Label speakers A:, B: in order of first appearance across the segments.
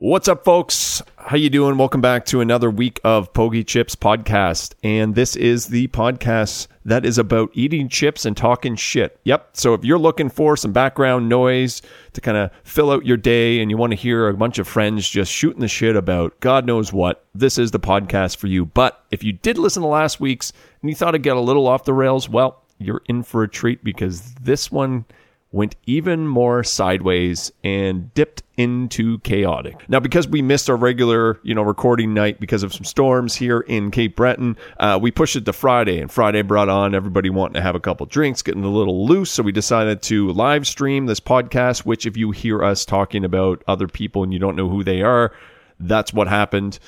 A: What's up, folks? How you doing? Welcome back to another week of Pogi Chips podcast, and this is the podcast that is about eating chips and talking shit. Yep. So if you're looking for some background noise to kind of fill out your day, and you want to hear a bunch of friends just shooting the shit about God knows what, this is the podcast for you. But if you did listen to last week's and you thought it got a little off the rails, well, you're in for a treat because this one went even more sideways and dipped into chaotic. Now, because we missed our regular, you know, recording night because of some storms here in Cape Breton, uh, we pushed it to Friday, and Friday brought on everybody wanting to have a couple drinks, getting a little loose. So we decided to live stream this podcast, which if you hear us talking about other people and you don't know who they are, that's what happened.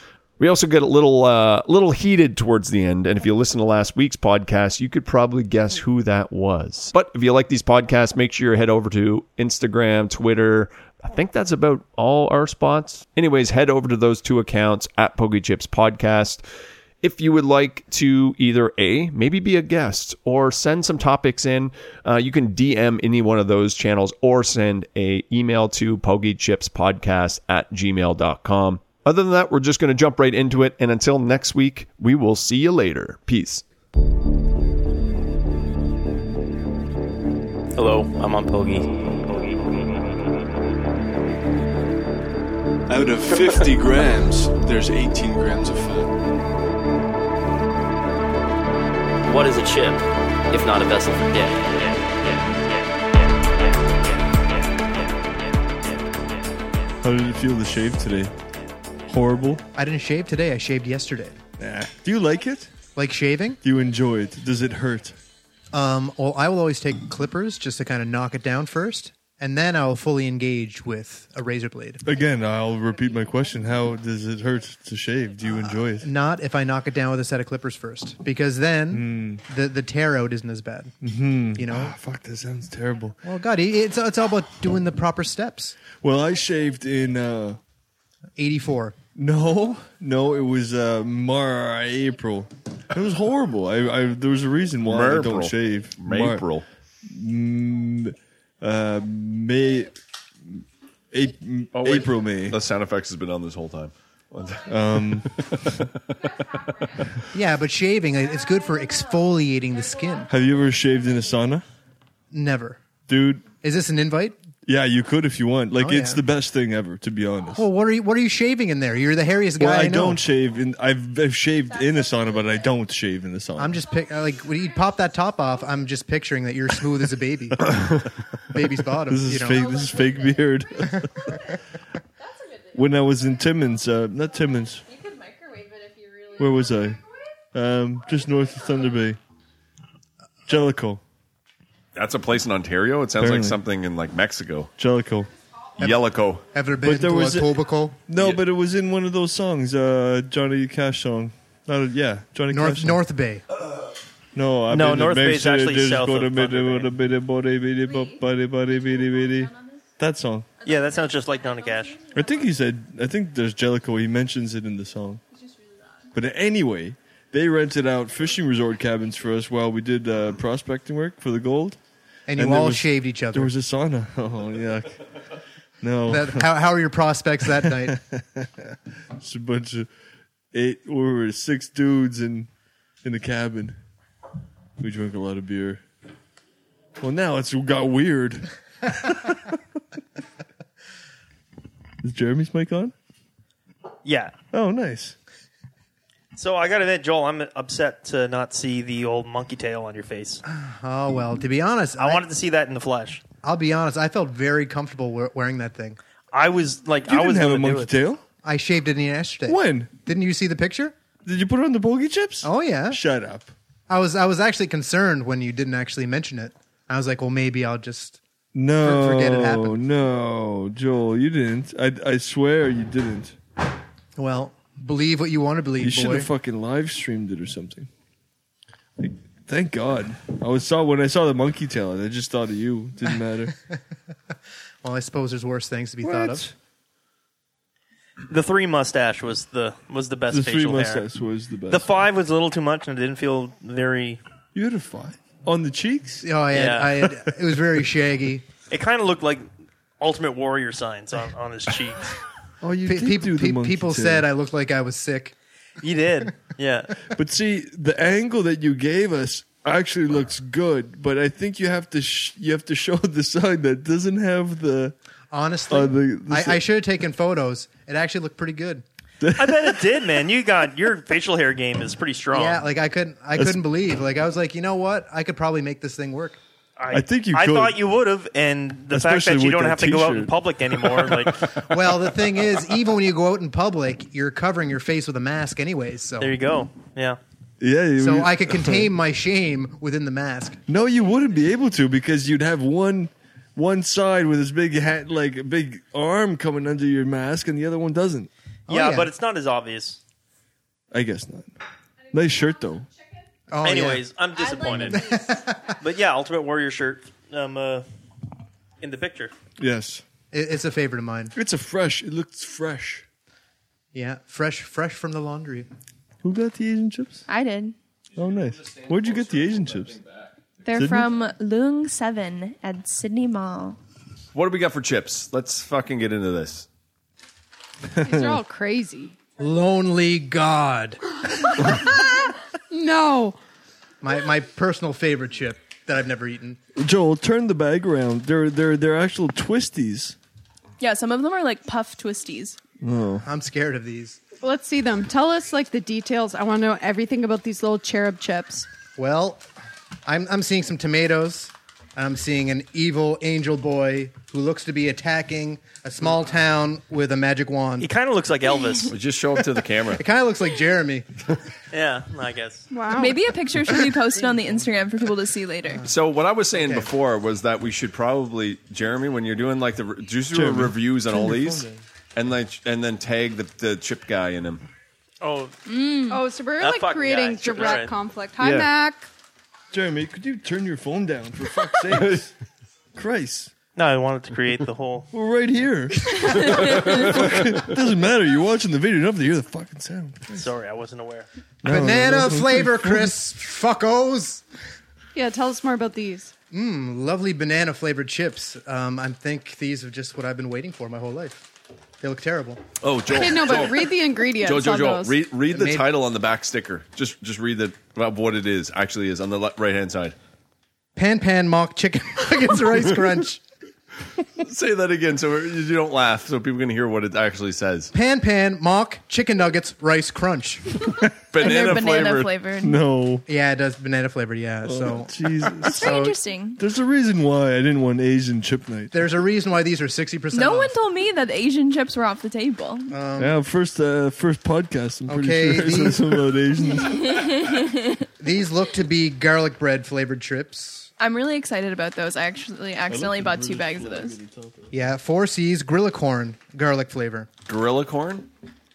A: We also get a little uh, little heated towards the end, and if you listen to last week's podcast, you could probably guess who that was. But if you like these podcasts, make sure you head over to Instagram, Twitter. I think that's about all our spots. Anyways, head over to those two accounts at Chips Podcast. If you would like to either A, maybe be a guest or send some topics in, uh, you can DM any one of those channels or send a email to pogiechipspodcast at gmail.com. Other than that, we're just going to jump right into it. And until next week, we will see you later. Peace.
B: Hello, I'm on Pogi.
C: Out of 50 grams, there's 18 grams of fat.
B: What is a chip, if not a vessel for dick?
C: How did it feel to shave today? Horrible.
D: I didn't shave today. I shaved yesterday.
C: Nah. Do you like it?
D: Like shaving?
C: Do you enjoy it? Does it hurt?
D: Um, well, I will always take clippers just to kind of knock it down first, and then I'll fully engage with a razor blade.
C: Again, I'll repeat my question. How does it hurt to shave? Do you enjoy it?
D: Not if I knock it down with a set of clippers first, because then
C: Hmm.
D: the the tear out isn't as bad. You know?
C: Ah, fuck, that sounds terrible.
D: Well, God, it- it's it's all about doing the proper steps.
C: Well, I shaved in, uh,
D: Eighty four.
C: no, no, it was, uh, Mar April. It was horrible. I, I, there was a reason why I don't shave. Mar-
A: April.
C: Mm, uh, May, Ap-
A: wait.
C: April, May.
A: The sound effects has been on this whole time.
D: Yeah, but shaving like, it's good for exfoliating the skin.
C: Have you ever shaved in a sauna?
D: Never.
C: Dude,
D: Is this an invite?
C: yeah, you could if you want. Like,
D: Oh,
C: it's
D: yeah.
C: the best thing ever, to be honest.
D: Well, what are you what are you shaving in there? You're the hairiest guy
C: well, I,
D: I, know.
C: don't shave. In, I've, I've shaved in a sauna, but I don't shave in the sauna.
D: I'm just pic- like when you pop that top off. I'm just picturing that you're smooth as a baby, baby's bottom.
C: This is
D: you know?
C: fake. This is fake beard. when I was in Timmins, uh, not Timmins.
E: You could microwave it if you really.
C: Where was I? Um, just north of Thunder Bay, Jellicoe,
A: That's a place in Ontario. It sounds
C: Apparently.
A: like something in like Mexico.
C: Jellicoe.
A: Yellico.
D: Ever been
C: there
D: to
C: was
D: a
C: a-
D: Tobaco?
C: No, but it was in one of those songs, uh, Johnny Cash song. Not a, yeah, Johnny
D: North
C: Cash. song.
D: North Bay.
C: No, I've
B: No,
C: been to
B: North Bay is
C: Mexico,
B: actually
C: just
B: south
C: go to
B: of
C: bidi-
B: Thunder Bay.
C: bidi- bidi- bidi- bidi- bop- bidi- bidi- bidi- bidi. That song.
B: Yeah, that sounds just like Donna Cash.
C: I think he said. I think there's Jellicoe. He mentions it in the song. But anyway, they rented out fishing resort cabins for us while we did uh, prospecting work for the gold.
D: And you
C: And there
D: all
C: was-
D: shaved each other.
C: There was a sauna. Oh yuck! No,
D: That- how, how are your prospects that night?
C: it's a bunch of eight or six dudes in in the cabin. We drank a lot of beer. Well, now it's got weird. Is Jeremy's mic on?
F: Yeah.
C: Oh, nice.
F: So I gotta admit, Joel, I'm upset to not see the old monkey tail on your face.
D: Oh well, to be honest, I,
F: I wanted to see that in the flesh.
D: I'll be honest. I felt very comfortable we- wearing that thing.
F: I was like,
C: You
F: I was
C: didn't have a
F: gonna do
C: monkey
F: it.
C: tail.
D: I shaved it yesterday.
C: When
D: Didn't you see the picture?
C: did you put it on the bogey chips?
D: Oh yeah.
C: Shut up.
D: I was I was actually concerned when you didn't actually mention it. I was like, well, maybe I'll just.
C: No,
D: forget it happened.
C: no, Joel, you didn't. I, I swear you didn't.
D: Well, believe what you want to believe,
C: You should
D: boy.
C: have fucking live streamed it or something. Like, thank God. I was saw when I saw the monkey tail. I just thought of you. Didn't matter.
D: well, I suppose there's worse things to be thought of.
C: what?
F: The three mustache was the was the best
C: The three
F: facial hair.
C: mustache was the best.
F: The five was a little too much, and it didn't feel very.
C: you had a five on the cheeks.
D: Oh, I had,
F: Yeah.
D: I had, it was very shaggy.
F: It kind of looked like Ultimate Warrior signs on on his cheeks.
C: Oh, you
D: Pe-
C: did
D: peop-
C: do the
D: pe-
C: monkey
D: people
C: tail.
D: said I looked like I was sick.
F: You did. Yeah.
C: But see, the angle that you gave us actually looks good, but I think you have to sh- you have to show the side that doesn't have the
D: Honestly,
C: Oh, the- the
D: I, I should have taken photos. It actually looked pretty good.
F: I bet it did, man. You got your facial hair game is pretty strong.
D: Yeah, like I couldn't, I couldn't believe. Like I was like, you know what? I could probably make this thing work.
C: I think you
F: I
C: could.
F: thought you would have, and the
C: Especially
F: fact that you
C: with
F: don't
C: that
F: have to go out in
C: t-shirt.
F: public anymore, like
D: Well, the thing is, even when you go out in public, you're covering your face with a mask, anyways. So,
F: there you go. Yeah.
C: yeah. you-
D: so I could contain my shame within the mask.
C: No, you wouldn't be able to because you'd have one one side with this big hat, like a big arm coming under your mask, and the other one doesn't.
F: Oh, yeah,
D: yeah.
F: but it's not as obvious.
C: I guess not. Nice shirt though.
E: Chicken?
D: Oh, yeah.
F: Anyways, I'm
E: I'd like
F: disappointed.
E: to see-
F: but yeah, Ultimate Warrior shirt um, uh, in the picture.
C: Yes,
D: It- it's a favorite of mine.
C: it's a fresh. It looks fresh.
D: Yeah, fresh, fresh from the laundry.
C: Who got the Asian chips?
G: I did.
C: Oh, nice. Where'd you get the Asian chips?
G: They're
C: Sydney?
G: from Lung Seven at Sydney Mall.
A: What do we got for chips? Let's fucking get into this.
H: These are all crazy.
D: Lonely God,
H: No.
D: my my personal favorite chip that I've never eaten.
C: Joel, turn the bag around. They're they're they're actual twisties.
G: Yeah, some of them are like puff twisties.
D: I'm scared of these.
H: Let's see them. Tell us like the details. I want to know everything about these little cherub chips.
D: Well, I'm I'm seeing some tomatoes. and I'm seeing an evil angel boy who looks to be attacking a small town with a magic
F: He
D: wand.
F: kind of looks like Elvis.
A: We just show up to the camera.
D: It kind of looks like Jeremy.
F: yeah, I guess.
H: Wow.
G: Maybe a picture should be posted on the Instagram for people to see later.
A: So what I was saying
D: Okay.
A: before was that we should probably Jeremy, when you're doing like the re- just do
C: Jeremy.
A: reviews on all
C: your
A: these,
C: phone down.
A: and like and then tag the, the chip guy in him.
F: Oh,
H: Oh, so we're
F: That
H: like
F: fucking
H: creating
F: guy. Sure.
H: direct
F: Right.
H: conflict. Hi,
A: Yeah.
H: Mac.
C: Jeremy, could you turn your phone down for fuck's sake? Christ.
F: no, I wanted to create the whole.
C: We're right here. doesn't matter. You're watching the video. You don't have to hear the fucking sound.
F: Sorry, I wasn't aware.
D: Banana flavor crisp fuckos.
H: Yeah, tell us more about these.
D: Lovely banana flavored chips. Um, I think these are just what I've been waiting for my whole life. They look terrible.
A: Oh, Joel.
H: Okay, no, but
A: Joel.
H: read the ingredients.
A: Joe, Joe,
H: on
A: Joe,
H: those.
A: read, read the
D: Made-
A: title on the back sticker. Just just read the about what it is actually is on the le- right hand side.
D: Pan pan mock chicken nuggets rice crunch.
A: Say that again, so you don't laugh, so people can hear what it actually says.
D: Pan pan mock chicken nuggets rice crunch.
G: And they're
A: Banana, flavored.
G: banana flavored.
C: No.
D: Yeah, it does banana flavored. Yeah, so
F: Oh,
C: Jesus.
G: Very interesting.
C: There's a reason why I didn't want Asian chip night.
D: there's a reason why these are sixty percent.
G: No one told me that the Asian chips were off the table.
C: yeah, first uh, first podcast. I'm pretty
D: Okay,
C: sure I said
D: these-
C: something about Asians.
D: These look to be garlic bread flavored chips.
G: I'm really excited about those. I actually accidentally bought two bags of those.
D: Yeah, four C's grillicorn garlic flavor.
A: Gorilla corn,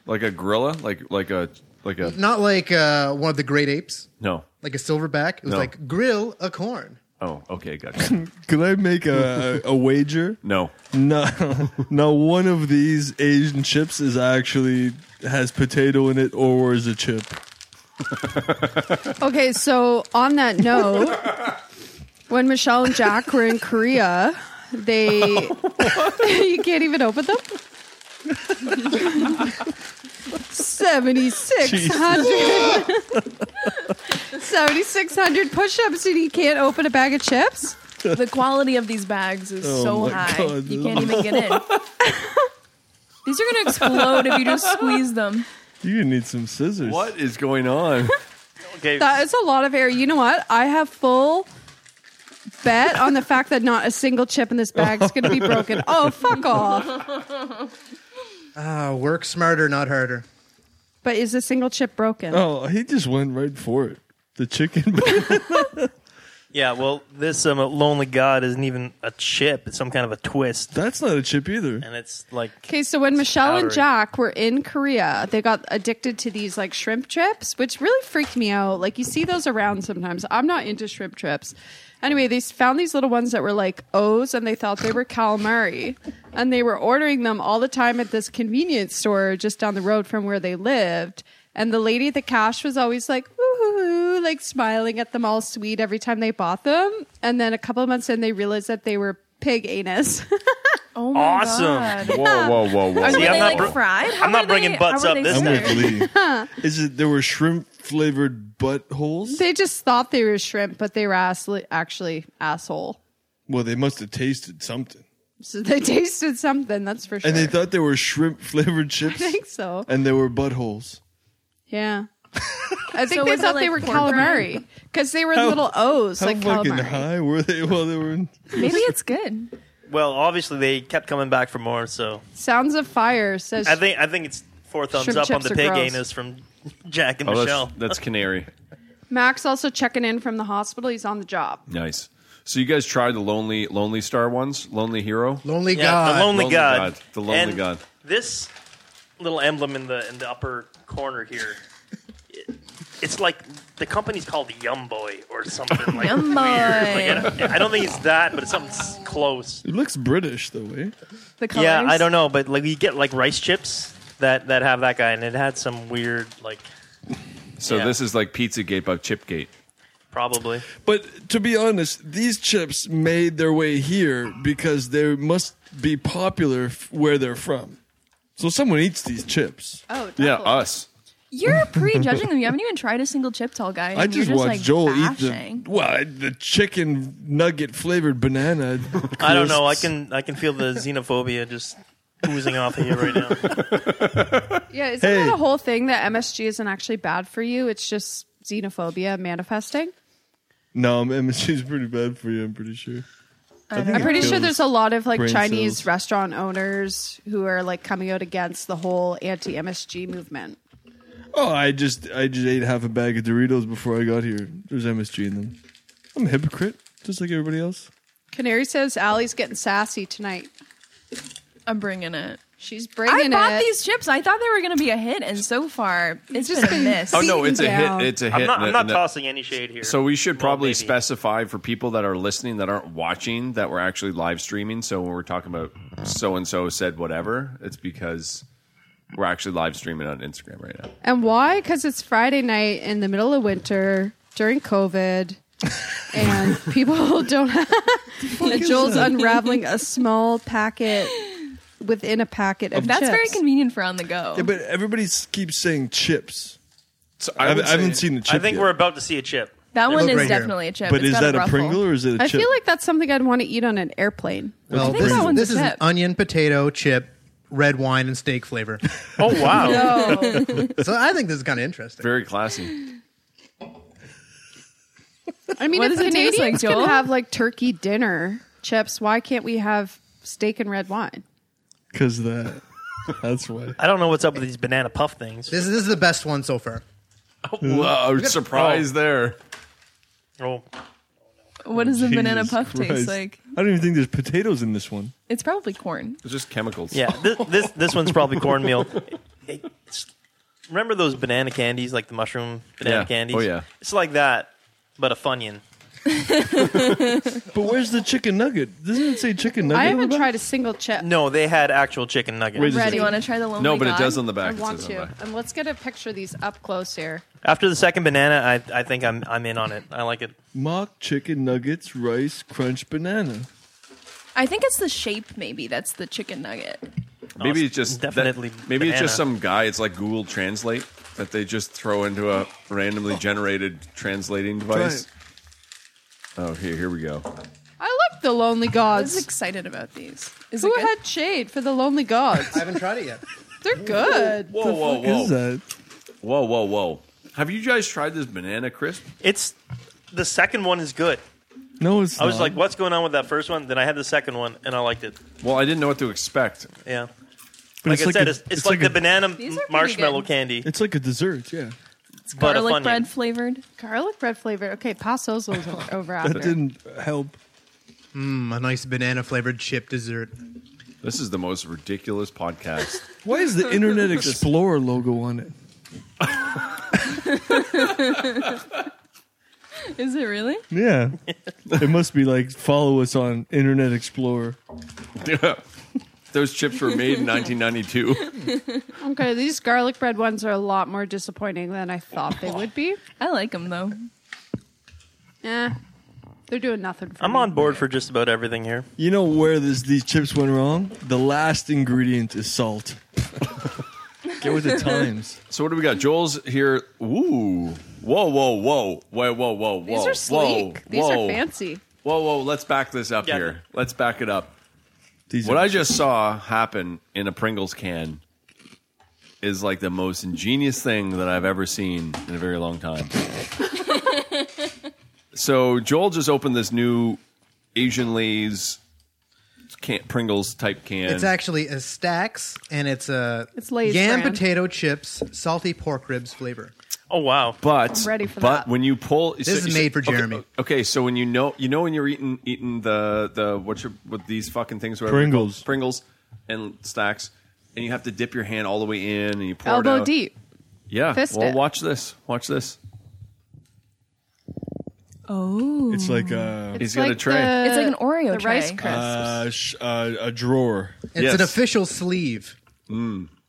A: like a gorilla, like like a like a
D: Not like uh, one of the great apes,
A: no.
D: like a silverback. It was
A: No.
D: like grill a corn.
A: Oh, okay, gotcha.
C: Could I make a, a wager?
A: no,
C: No, no. One of these Asian chips is actually has potato in it, or is a chip.
H: Okay, so on that note, when Michelle and Jack were in Korea, they you can't even open them. Seventy six hundred. Seventy six hundred push-ups, and he can't open a bag of chips.
G: The quality of these bags is
C: Oh
G: so
C: my
G: high,
C: God, this
G: you can't
C: is
G: even get in. These are gonna explode if you just squeeze them.
C: You need some scissors.
A: what is going on?
F: Okay,
H: That is a lot of air. You know what? I have full bet on the fact that not a single chip in this bag is going to be broken. Oh, fuck off!
D: Ah, work smarter, not harder.
H: But is a single chip broken?
C: Oh, he just went right for it. The chicken.
F: yeah. Well, this um, lonely god isn't even a chip; it's some kind of a twist,
C: That's not a chip either.
F: and it's like
H: Okay, so when Michelle and
F: powdery.
H: Jack were in Korea, they got addicted to these like shrimp trips, which really freaked me out. Like you see those around sometimes. I'm not into shrimp trips. Anyway, they s- found these little ones that were like O's and they thought they were calamari. And they were ordering them all the time at this convenience store just down the road from where they lived. And the lady at the cash was always like, ooh, like smiling at them all sweet every time they bought them. And then a couple of months in, they realized that they were pig anus.
G: Oh my
F: Awesome.
G: god.
I: Whoa, whoa, whoa, whoa.
G: Were
F: See,
G: they
F: I'm not
G: like
F: br-
G: fried? How
F: I'm not
G: were
F: bringing
G: they-
F: butts
G: how
F: up
G: were they
F: this
C: I'm
G: fried?
C: with Lee. Is it there were shrimp flavored buttholes?
H: They just thought they were shrimp, but they were asli- actually asshole.
C: Well, they must have tasted something,
H: So they tasted something, that's for sure.
C: and they thought they were shrimp flavored chips,
H: I think so.
C: and they were buttholes.
H: Yeah. I think
G: So
H: they
G: was it
H: thought they
G: like
H: were
G: pork
H: calamari because they were little O's
C: How
H: like
C: fucking
H: calamari.
C: high were they while they were in?
G: Maybe it's good.
F: Well, obviously they kept coming back for more, so
H: Sounds of Fire says
F: I think I think it's four thumbs
H: Shrimp
F: up on
H: chips
F: the
H: are
F: pig
H: gross.
F: anus from Jack and
I: Oh,
F: Michelle.
I: that's, that's Canary.
H: Max also checking in from the hospital. He's on the job.
I: Nice. So you guys tried the Lonely Lonely Star ones? Lonely Hero?
D: Lonely
F: Yeah,
D: God.
F: the lonely,
I: Lonely
F: god.
I: God. The lonely
F: And
I: god.
F: This little emblem in the in the upper corner here. it- It's like the company's called Yum Boy or something like
G: Yum
F: weird. Like, I,
G: Boy.
F: don't, I don't think it's that, but it's something s- close.
C: It looks British though, eh?
H: The colors.
F: Yeah, I don't know, but like you get like rice chips that that have that guy, and it had some weird like
I: So
F: Yeah.
I: this is like Pizzagate by Chipgate.
F: probably.
C: But to be honest, these chips made their way here because they must be popular f- where they're from. So someone eats these chips.
H: Oh,
I: Yeah,
H: definitely.
C: uh,
I: us.
G: You're prejudging them. You haven't even tried a single chip, tall guy. and
C: I
G: you're
C: just watched
G: like,
C: Joel
G: bashing.
C: eat the well, I- the chicken nugget flavored banana.
F: I don't know. I
C: crisps.
F: can I can feel the xenophobia just oozing off of you right now.
H: Yeah, isn't
C: Hey.
H: that a whole thing that MSG isn't actually bad for you? It's just xenophobia manifesting.
C: No, MSG's pretty bad for you. I'm pretty sure.
G: I
C: think
G: don't
H: I'm pretty
C: Kills
H: sure there's a lot of like
C: brain
H: Chinese
C: cells.
H: restaurant owners who are like coming out against the whole anti MSG movement.
C: Oh, I just I just ate half a bag of Doritos before I got here. There's MSG in them. I'm a hypocrite, just like everybody else.
H: Canary says Allie's getting sassy tonight.
G: I'm bringing it.
H: She's
G: I
H: bringing
G: bought
H: it.
G: these chips. I thought they were going to be a hit, and so far it's just been a miss.
I: Oh no,
H: Beaten
I: it's a
H: down.
I: hit. It's a hit.
F: I'm not,
I: and
F: I'm
I: a-
F: not
I: and a-
F: tossing any shade here.
I: So we should
F: Well,
I: probably
F: maybe.
I: specify for people that are listening that aren't watching that we're actually live streaming. So when we're talking about so and so said whatever, it's because we're actually live streaming on Instagram right now.
H: And why? Because it's Friday night in the middle of winter during COVID, and people don't have. and Joel's unraveling a small packet within a packet of
G: That's
H: chips.
G: very convenient for on the go.
C: Yeah, but everybody s- keeps saying chips.
I: So
C: I,
I: would
C: haven't- I haven't
I: say-
C: seen the chip.
F: I think
C: yet.
F: we're about to see a chip.
G: that one
D: Look
G: is
D: right here.
G: definitely a chip.
C: But is
G: It's got a
C: that a,
G: ruffle.
C: Pringle or is it a
H: I
C: chip?
H: feel like that's something I'd want to eat on an airplane.
D: Well,
G: think
D: this,
G: that one's
D: this is
G: a
D: an
G: tip.
D: onion potato chip, red wine and steak flavor.
F: Oh wow!
G: Oh,
D: so I think this is kind of interesting.
I: very classy.
H: I mean,
G: What
H: if
G: does it taste
H: Canadians
G: like,
H: can
G: Joel?
H: have like turkey dinner chips, why can't we have steak and red wine?
C: Because that. That's why.
F: I don't know what's up with these banana puff things.
D: This is, this is the best one so far.
I: Whoa, surprise there.
F: Oh,
G: what does a banana
C: Jesus
G: puff
C: Christ.
G: taste like?
C: I don't even think there's potatoes in this one.
G: It's probably corn.
I: It's just chemicals.
F: yeah. This this, this one's probably cornmeal. It's- Remember those banana candies, like the mushroom banana
I: Yeah.
F: candies?
I: Oh, yeah.
F: It's like that, but a funyun.
C: But where's the chicken nugget? Doesn't it say chicken nugget?
H: I
C: on the
H: haven't
C: back?
H: tried a single chip.
F: No, they had actual chicken nuggets.
C: Wait a
H: Ready.
G: Do you want to try the lonely?
I: No, but it
G: Oh God?
I: does on the
H: I
I: back. It
H: want
I: says on the
H: to.
I: back.
H: And let's get a picture of these up close here.
F: After the second banana, I I think I'm I'm in on it. I like it.
C: Mock chicken nuggets, rice, crunch, banana.
G: I think it's the shape, maybe. That's the chicken nugget.
I: Maybe
F: it's
I: it's just that-
F: definitely
I: maybe it's just
F: banana.
I: some guy. It's like Google Translate that they just throw into a randomly generated translating device. Oh, here, here we go.
H: I like the Lonely
G: I was
H: Gods.
G: excited about these. Is
H: Who
G: it good?
H: had shade for the Lonely Gods?
D: I haven't tried it yet.
H: They're good.
I: Whoa, whoa,
C: What is that?
I: Whoa, whoa, whoa. Have you guys tried this banana crisp?
F: It's the second one is good.
C: No, it's
F: I was
C: not.
F: like, what's going on with that first one? Then I had the second one, and I liked it.
I: Well, I didn't know what to expect.
F: Yeah.
C: But
F: like I said, it's, it's, like, the
C: a,
F: banana
G: These are pretty
F: marshmallow
G: good.
F: candy.
C: It's like a dessert, yeah.
G: It's
F: but a
G: garlic
F: Funyun.
G: bread flavored.
H: Garlic bread flavor. Okay, pass those those over
C: That
H: after.
C: didn't help.
D: Mm, a nice banana flavored chip dessert.
I: This is the most ridiculous podcast.
C: Why is the Internet Explorer logo on it?
G: Is it really?
C: Yeah. it must be like follow us on Internet Explorer.
I: Those chips were made in 1992.
H: Okay, these garlic bread ones are a lot more disappointing than I thought they would be.
G: I like them though.
H: Eh. They're doing nothing for
F: I'm
H: me.
F: on board for just about everything here.
C: You know where this, these chips went wrong? The last ingredient is salt. Get with the times.
I: So what do we got? Joel's here. Ooh. Whoa, whoa, whoa. Whoa, whoa, whoa, whoa.
H: These are sleek.
I: Whoa,
H: These
I: whoa.
H: are fancy.
I: Whoa, whoa. Let's back this up
F: Yeah.
I: here. Let's back it up.
C: These
I: What
C: are
I: I just saw happen in a Pringles can is like the most ingenious thing that I've ever seen in a very long time. so Joel just opened this new Asian Lay's can, Pringles type can.
D: It's actually a Stacks, and it's a
H: It's Lay's
D: yam
H: brand.
D: potato chips, salty pork ribs flavor.
F: Oh wow.
I: but
H: I'm ready for
I: but
H: that.
I: when you pull, this
D: is made for Jeremy.
I: Okay, so when you know you know when you're eating eating the the what's your what these fucking things were
C: Pringles.
I: Pringles and stacks, and you have to dip your hand all the way in and you pour it
H: Elbow
I: out.
H: deep.
I: Yeah.
H: Fist
I: well,
H: it.
I: watch this. Watch this.
G: Oh,
C: It's like a,
I: He's got a tray.
G: It's like an Oreo
H: the rice
G: tray.
H: crisps.
C: a, sh- uh, a drawer.
D: It's
I: Yes.
D: an official sleeve.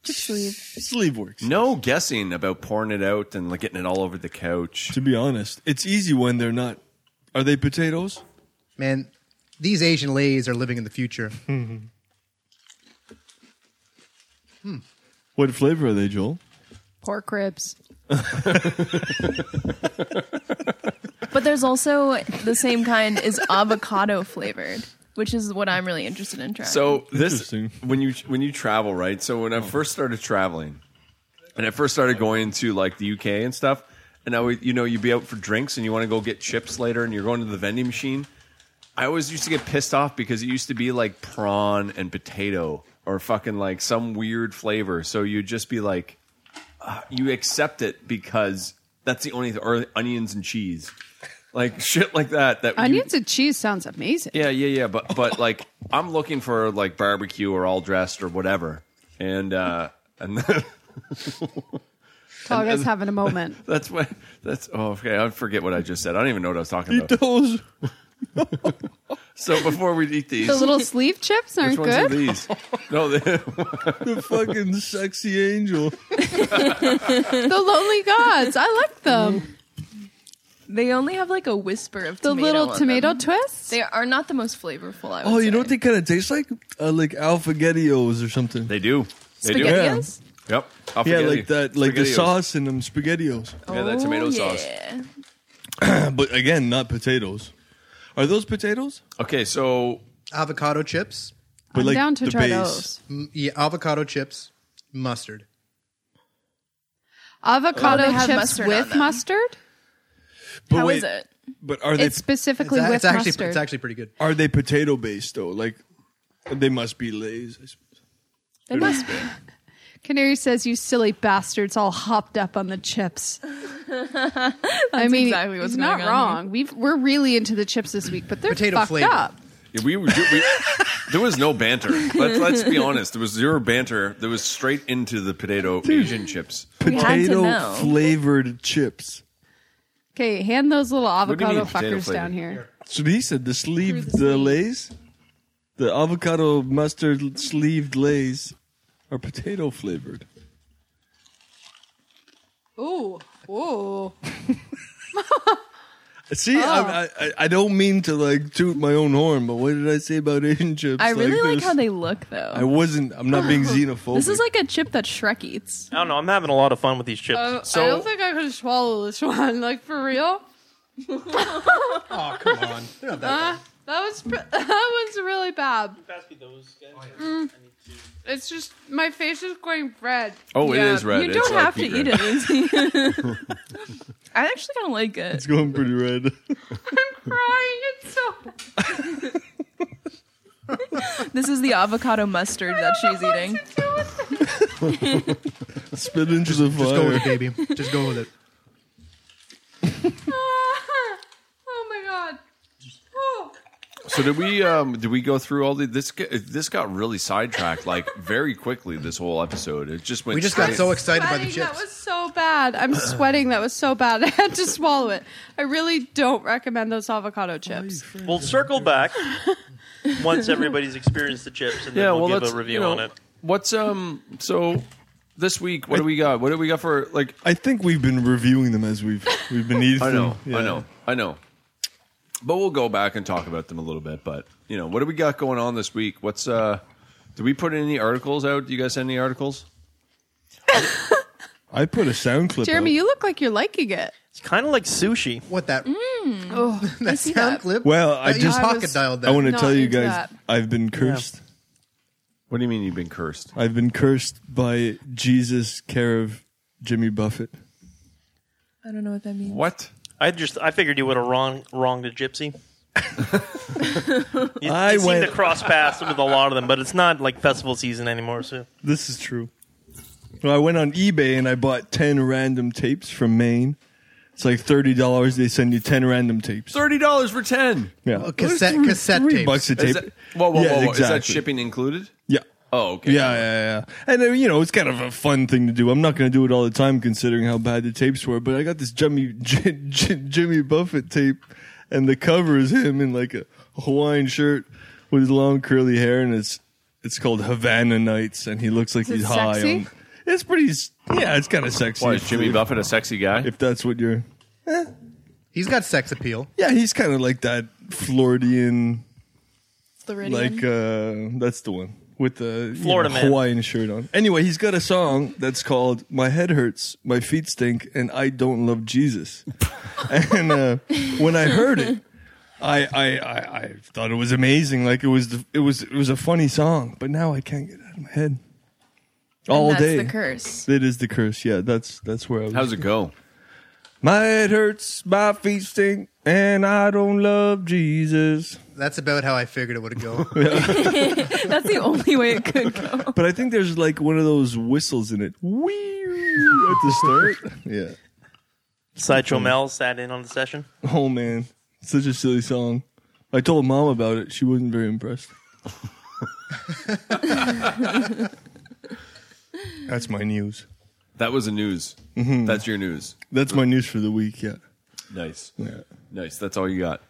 C: Sleeve works.
I: No guessing about pouring it out and like getting it all over the couch.
C: To be honest, it's easy when they're not. Are they potatoes?
D: Man, these Asian lays are living in the future.
C: What flavor are they, Joel?
H: Pork ribs.
G: But there's also the same kind is avocado flavored, which is what I'm really interested in trying.
I: So this
C: Interesting.
I: when you when you travel, right? So when I first started traveling, and I first started going to like the UK and stuff, and I would you know you'd be out for drinks and you want to go get chips later, and you're going to the vending machine. I always used to get pissed off because it used to be like prawn and potato or fucking like some weird flavor. So you'd just be like, uh, you accept it because that's the only or onions and cheese, like shit like that. That you-
H: Onions and cheese sounds amazing.
I: yeah, yeah, yeah. But but like I'm looking for like barbecue or all dressed or whatever. And uh and
H: Taga's having a moment.
I: that's what that's oh okay, I forget what I just said. I don't even know what I was talking about.
C: Those.
I: So before we eat these
H: The little sleeve chips
I: which
H: aren't
I: ones are
H: good.
I: these? No, they,
C: The fucking sexy angel.
H: The Lonely Gods. I like them.
G: they only have like a whisper of
H: The
G: tomato
H: little
G: on them.
H: Mm, tomato Mm-hmm. twists.
G: They are not the most flavorful. I would
C: Oh, you know what
G: say.
C: they kind of taste like? Uh, like alfaghettios or something.
I: they do. They do.
C: Spaghetti.
G: Spaghettios?
I: Yep. I'll
C: yeah,
I: forget you.
C: like that, like the
I: Spaghettios.
C: sauce in them spaghettios.
I: Yeah, that tomato
G: Oh,
I: sauce.
G: yeah. Oh.
C: But again, not potatoes. Are those potatoes?
I: Okay, so
D: Avocado chips,
C: But
H: I'm
C: like
H: down to
C: the
H: try
C: base.
H: those.
D: m- yeah, avocado chips, mustard.
H: Avocado
G: Oh, they have
H: chips
G: mustard on
H: with
G: them.
H: mustard.
C: But
G: How
C: wait,
G: is it?
C: But are they
H: It's specifically
D: It's, a-
H: with
D: it's actually
H: mustard.
D: it's actually pretty good.
C: are they potato based though? Like they must be lays. I suppose.
G: They must be.
H: Canary says, "You silly bastards, all hopped up on the chips." I mean,
G: exactly what's
H: he's not
G: going on
H: wrong. We've we're really into the chips this week, but they're
D: Potato
H: fucked
D: flavor.
H: up.
I: we, were- we there was no banter. Let's, let's be honest. There was zero banter. There was straight into the potato Asian chips.
G: We had to
C: Potato
G: know.
C: flavored chips.
H: Okay, hand those little
I: do you
H: avocado
I: mean potato
H: fuckers
I: flavor?
H: down here.
C: So he said the sleeved
G: the
C: the
G: sleeve.
C: lays, the avocado mustard sleeved lays are potato flavored.
H: Ooh, ooh.
C: See,
G: Oh.
C: I, I- I I don't mean to like toot my own horn, but what did I say about Asian chips?
G: I really like
C: this?
G: how they look though.
C: I wasn't. I'm not being xenophobic.
G: this is like a chip that Shrek eats.
F: I don't know. I'm having a lot of fun with these
G: Oh,
F: chips.
I: So-
H: Oh, I don't think I could swallow this one. Like for real,
D: Oh come on, they're not that
H: Uh, that was pr- that one's really bad. Mm.
F: Pass me those guys.
H: It's just my face is going red.
I: Oh, it
G: Yeah,
I: is red.
G: You
I: It's
G: don't
I: like
G: have to
I: beet
G: eat
I: red.
G: it. I actually kind of like it.
C: it's going pretty red.
H: I'm crying. It's so. Bad.
G: This is the avocado mustard that she's eating.
C: Spit into the
D: Just go
C: fire.
D: with it, baby. Just go with it.
H: oh my god. Oh.
I: So did we um did we go through all the this g- this got really sidetracked like very quickly this whole episode it just went
D: We just got
I: straight-
D: so excited by the
H: Sweating, that
D: chips.
H: was so bad. I'm sweating. That was so bad. I had to swallow it. I really don't recommend those avocado chips.
F: We'll circle back once everybody's experienced the chips, and then
I: yeah
F: we'll,
I: well
F: give
I: let's
F: a review
I: you know,
F: on it.
I: what's um so this week what do we got what do we got for like
C: I think we've been reviewing them as we've we've been eating.
I: I know
C: them. Yeah.
I: I know I know But we'll go back and talk about them a little bit. But you know, what do we got going on this week? What's uh? Did we put any articles out? Do you guys send any articles?
C: I put a sound clip.
H: Jeremy,
C: out.
H: you look like you're liking it.
F: It's kind of like sushi.
D: What that
H: Oh,
D: that
G: see
D: sound
G: that.
D: clip?
C: Well, I
D: That you
C: just-
D: pocket dialed that.
C: I want to
H: Not
C: tell you
H: into
C: guys
H: that.
C: I've been cursed.
I: What do you mean you've been cursed?
C: I've been cursed by Jesus, care of Jimmy Buffett.
G: I don't know what that means.
I: What?
F: I just I figured you would have wrong wronged a gypsy. you
C: I
F: you seem
C: went-
F: to cross paths with a lot of them, but it's not like festival season anymore. So
C: This is true. Well, I went on eBay and I bought ten random tapes from Maine. It's like thirty dollars. They send you ten random tapes.
I: Thirty dollars for ten.
C: Yeah,
D: Oh, cassette- cassette
C: three
D: tapes.
C: bucks a tape.
I: Is that, whoa, whoa,
C: Yeah,
I: whoa! whoa. Is that
C: exactly.
I: shipping included?
C: Yeah.
I: Oh, okay.
C: Yeah, yeah, yeah. And uh, you know, it's kind of a fun thing to do. I'm not going to do it all the time, considering how bad the tapes were. But I got this Jimmy J- J- Jimmy Buffett tape, and the cover is him in like a Hawaiian shirt with his long curly hair, and it's it's called Havana Nights, and he looks like
H: it
C: he's high.
H: sexy?
C: On, it's pretty. s- Yeah, it's kind of sexy.
I: Why is Jimmy
C: if-
I: Buffett a sexy guy?
C: If that's what you're.
D: He's got sex appeal.
C: Yeah, he's kind of like that Floridian,
G: Floridian.
C: like uh that's the one with the you
F: Florida
C: know,
F: man.
C: Hawaiian shirt on. Anyway, he's got a song that's called "My Head Hurts, My Feet Stink, and I Don't Love Jesus." and uh, when I heard it, I, I I I thought it was amazing. Like it was the, it was it was a funny song, but now I can't get it out of my head all
G: That's
C: day.
G: the curse.
C: It is the curse. Yeah, that's that's where I was.
I: How's it go?
C: My head hurts, my feet stink, and I don't love Jesus.
D: That's about how I figured it would go.
G: That's the only way it could go.
C: But I think there's like one of those whistles in it. Wee at the start. yeah.
F: Sideshow Mel sat in on the session.
C: Oh man, such a silly song. I told mom about it. She wasn't very impressed. That's my news.
I: That was the news. That's your news.
C: That's my news for the week. Yeah.
I: Nice,
C: Yeah.
I: nice. That's all you got.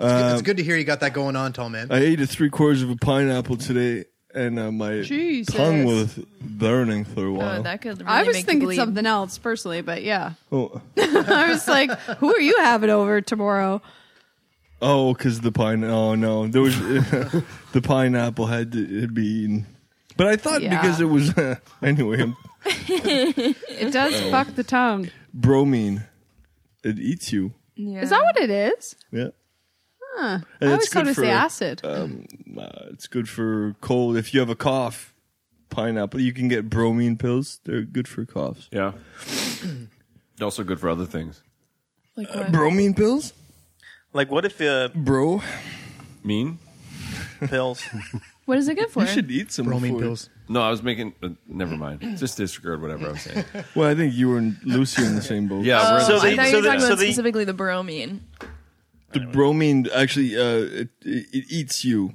D: it's good to hear you got that going on, tall man.
C: I ate a three quarters of a pineapple today, and uh, my
H: Jesus.
C: tongue was burning for a while.
G: Oh, that could really
H: I was
G: make you
H: thinking
G: bleed.
H: something else personally, but yeah.
C: oh,
H: I was like, who are you having over tomorrow?
C: Oh, because the pine. Oh no, there was the pineapple had to it'd be eaten. But I thought
H: Yeah.
C: because it was anyway um,
H: It does fuck the tongue.
C: bromine, it eats you.
G: Yeah.
H: Is that what it is?
C: Yeah,
H: Huh.
C: And it's
H: I always thought
C: good
H: it was the
C: for-
H: acid.
C: uh, it's good for cold. If you have a cough, pineapple. You can get bromine pills. They're good for coughs.
I: Yeah. also good for other things.
G: Like what?
C: Bromine pills,
F: Like, what if uh,
C: bro.
I: Mean?
F: pills?
G: what is it good for?
C: You should eat some
D: Bromine
C: before-
D: pills.
I: No, I was making. Uh, never mind. Just disregard whatever I was saying.
C: Well, I think you and Lucy in the same boat.
I: Yeah. we're in the
F: So
G: I
I: same-
F: they-
G: thought you
F: so
G: were
F: the-
G: talking
F: so
G: about
F: the-
G: specifically the bromine.
C: the bromine actually uh, it, it, it eats you.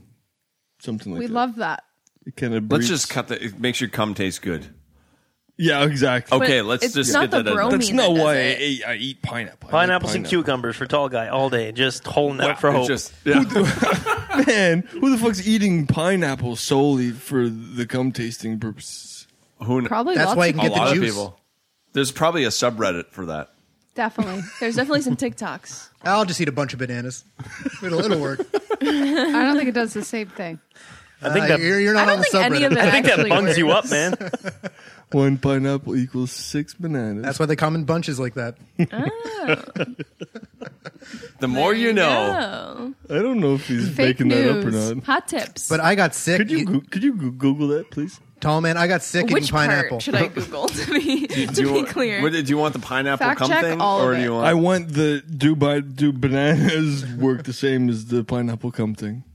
C: Something like
H: we
C: that.
H: love that.
C: It kind of
I: let's just cut the. It makes your cum taste good.
C: Yeah, exactly.
I: Okay,
G: But
I: let's
G: it's
I: just get
G: not the
I: that. out.
G: bromine.
C: That's not
G: that
C: why I,
G: does it.
C: ate- I eat pineapple. I like
F: Pineapples and cucumbers for tall guy all day, just holding out for
I: It's
F: hope.
I: just yeah.
C: Man, who the fuck's eating pineapple solely for the cum tasting purposes?
I: Who kn-
H: Probably
D: That's
H: lots
D: why you
H: of
D: can
I: a
D: get
I: lot
D: the
I: of
D: juice.
I: people. There's probably a subreddit for that.
H: Definitely.
G: There's definitely some TikToks.
D: I'll just eat a bunch of bananas. It'll, it'll work.
H: I don't think it does the same thing.
F: I think
D: Uh,
F: that
D: you're, you're not
G: I
D: on
G: don't
D: the
G: think any of
D: subreddit.
G: it
F: I think that
G: actually
F: bungs
G: works.
F: you up, man.
C: One pineapple equals six bananas.
D: That's why they come in bunches like that.
I: The more you know.
G: Oh,
C: I don't know if he's
H: Fake
C: making that up or
H: news.
C: not.
G: hot tips.
D: But I got sick.
C: Could you goo- could you goo- Google that, please?
D: tall man, I got sick
G: Which
D: eating pineapple.
G: part should I Google to be, to
I: Do you
G: be
I: want,
G: clear?
I: what- do you want the pineapple
H: Fact
I: cum
H: check
I: thing,
H: all of
I: or do
H: it.
I: you want?
C: I want the do by do bananas work the same as the pineapple cum thing?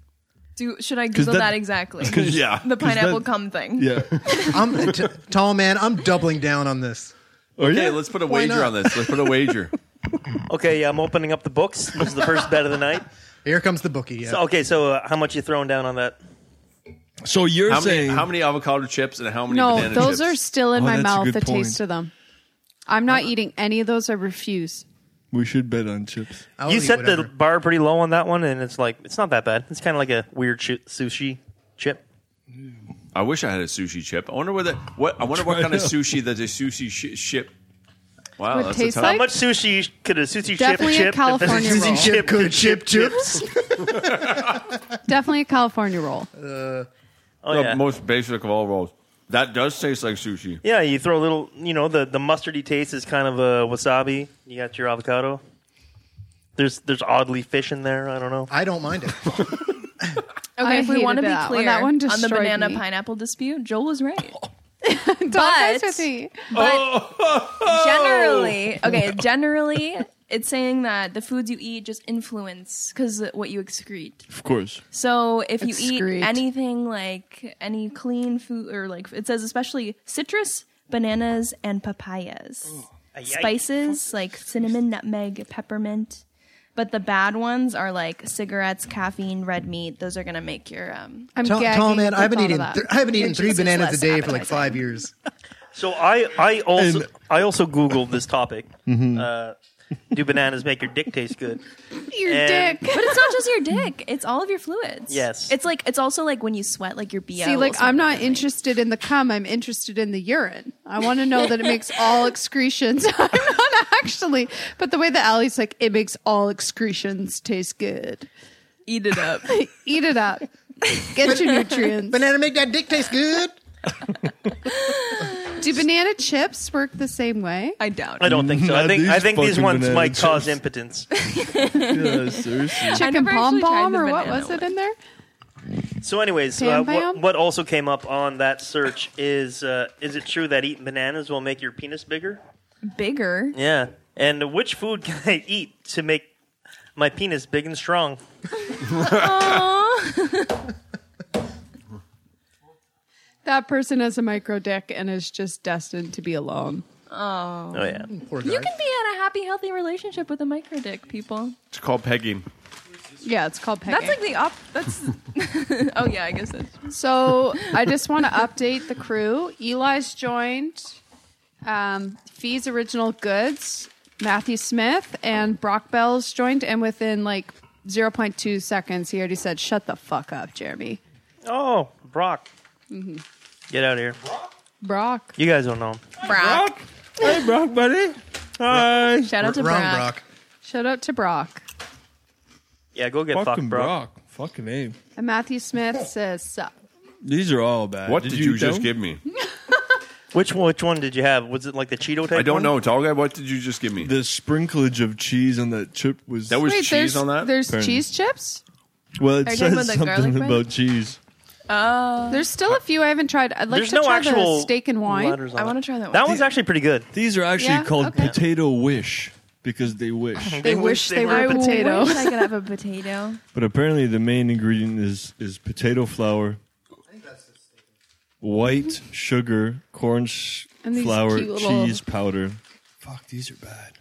G: Do, should I Google that,
C: that-
G: exactly?
I: yeah.
G: The pineapple
C: that-
G: cum thing.
C: Yeah.
D: I'm t- tall man. I'm doubling down on this.
C: Oh
I: Okay,
C: yeah.
I: let's put a
D: Why
I: wager
D: not?
I: on this. Let's put a wager.
F: Okay, I'm opening up the books. This is the first bet of the night.
D: Here comes the bookie. Yeah.
F: So, okay, so uh, how much you throwing down on that?
C: so you're
I: How many,
C: saying
I: how many avocado chips and how many
H: No,
I: banana
H: those
I: chips?
H: are still in
C: Oh,
H: my
C: that's a
H: mouth,
C: good
H: the
C: point.
H: taste of them. I'm not eating any of those. I refuse.
C: we should bet on chips?
D: I'll
F: you
D: eat
F: set the
D: whatever.
F: bar pretty low on that one, and it's like it's not that bad. It's kind of like a weird chu- sushi chip.
I: I wish I had a sushi chip. I wonder whether what I wonder what
C: Try
I: kind of
C: it out.
I: sushi that a sushi sh- ship Wow,
H: Would
I: that's
H: taste
I: a tough.
H: like-
F: How much sushi could a sushi
H: Definitely a
F: chip chip? and then
H: California roll.
F: sushi
D: Good
F: chip could
D: chip
F: chip
D: chips.
F: chips.
H: Definitely a California roll.
F: Oh
I: the
F: yeah.
I: most basic of all rolls. That does taste like sushi.
F: Yeah, you throw a little, you know, the, the mustardy taste is kind of a wasabi. You got your avocado. There's there's oddly fish in there. I don't know.
D: I don't mind it.
H: I
G: Okay, if we
H: hated
G: want to be
H: that one.
G: clear
H: That one
G: on the
H: destroyed
G: banana
H: me.
G: pineapple dispute, Joel was right.
H: Don't
G: But-
H: mess with me.
G: But generally, okay, generally, it's saying that the foods you eat just influence because what you excrete.
C: Of course.
G: So if you
H: Excrete.
G: eat anything like any clean food, or like it says especially citrus, bananas, and papayas, spices like cinnamon, nutmeg, peppermint. But the bad ones are like cigarettes, caffeine, red meat. Those are gonna make your um.
H: I'm
D: Tell,
H: gagging
D: tell man,
H: with
D: I've been
H: all of
D: eating
H: that.
D: th- I haven't eaten
G: It's
D: three
G: just
D: bananas a
G: less
D: day for like
G: appetizing.
D: five years.
F: So I I also
C: And-
F: I also googled this topic. Uh, do bananas make your dick taste good?
H: Your
G: Eh,
F: And-
H: dick.
G: But it's not just your dick; it's all of your fluids.
F: Yes.
G: it's like it's also like when you sweat, like your BO.
H: See,
G: will
H: like
G: smell
H: I'm not
G: differently.
H: interested in the cum. I'm interested in the urine. I want to know that it makes all excretions. I'm not actually, but the way that Allie's like, it makes all excretions taste good.
G: Eat it up.
H: Eat it up. Get your nutrients.
D: Banana make that dick taste good.
H: Do banana chips work the same way?
G: I doubt.
F: I don't think so. I
C: Nah,
F: think I
C: these
F: think these
C: fucking
F: ones
C: banana
F: might
C: chips.
F: cause impotence.
C: Yeah, seriously.
H: Chicken
G: never actually
H: pom
G: tried
H: pom
G: the
H: or what
G: banana
H: was it
G: one.
H: in there?
F: So, anyways,
H: Bam,
F: uh, what,
H: bam.
F: what also came up on that search is uh, is it true that eating bananas will make your penis bigger?
G: Bigger.
F: Yeah. And which food can I eat to make my penis big and strong?
H: That person has a micro dick and is just destined to be alone.
F: Oh yeah.
D: Poor guy.
G: You can be in a happy, healthy relationship with a micro dick, people.
I: It's called pegging.
H: Yeah, it's called pegging.
G: That's like the op. That's oh yeah, I guess that's
H: So I just want to update the crew. Eli's joined, um, Fee's Original Goods, Matthew Smith, and Brock Bell's joined. And within like 0.2 seconds, he already said, Shut the fuck up, Jeremy.
F: Oh, Brock.
H: Mm-hmm.
F: Get out of here.
H: Brock.
F: You guys don't know him.
G: Brock.
C: Hey, Brock, buddy. Hi.
G: Shout out to
D: Wrong,
G: Brock.
D: Brock.
H: Shout out to Brock.
F: Yeah, go get fucked,
C: Fucking
F: bro.
C: Brock. Fucking name.
H: And Matthew Smith says, Sup.
C: These are all bad.
I: What did, you, Hmm? just
C: don't?
I: give me?
F: Which one, which one did you have? Was it like the Cheeto type?
I: I don't
F: one?
I: know, tall guy. What did you just give me?
C: The sprinklage of cheese on that chip was.
I: that was
H: Wait,
I: cheese
H: there's,
I: on that.
H: there's
C: Fair
H: cheese chips?
C: well, it
G: Are you
C: says
G: talking about the garlic
C: something
G: bread?
C: about cheese.
H: There's still a few I haven't tried. I'd like
F: There's
H: to
F: no
H: try
F: actual
H: the steak and wine.
F: letters on
G: I want
F: it.
G: to try that one.
F: That one's actually pretty good.
C: These are actually
H: Yeah,
C: called
H: okay.
C: potato wish because they wish.
H: They wish they were
G: I
H: potato.
G: wish I could have a potato.
C: but apparently, the main ingredient is is potato flour, white sugar, corn sh-
H: And these
C: flour,
H: cute little-
C: cheese powder. Fuck, these are bad.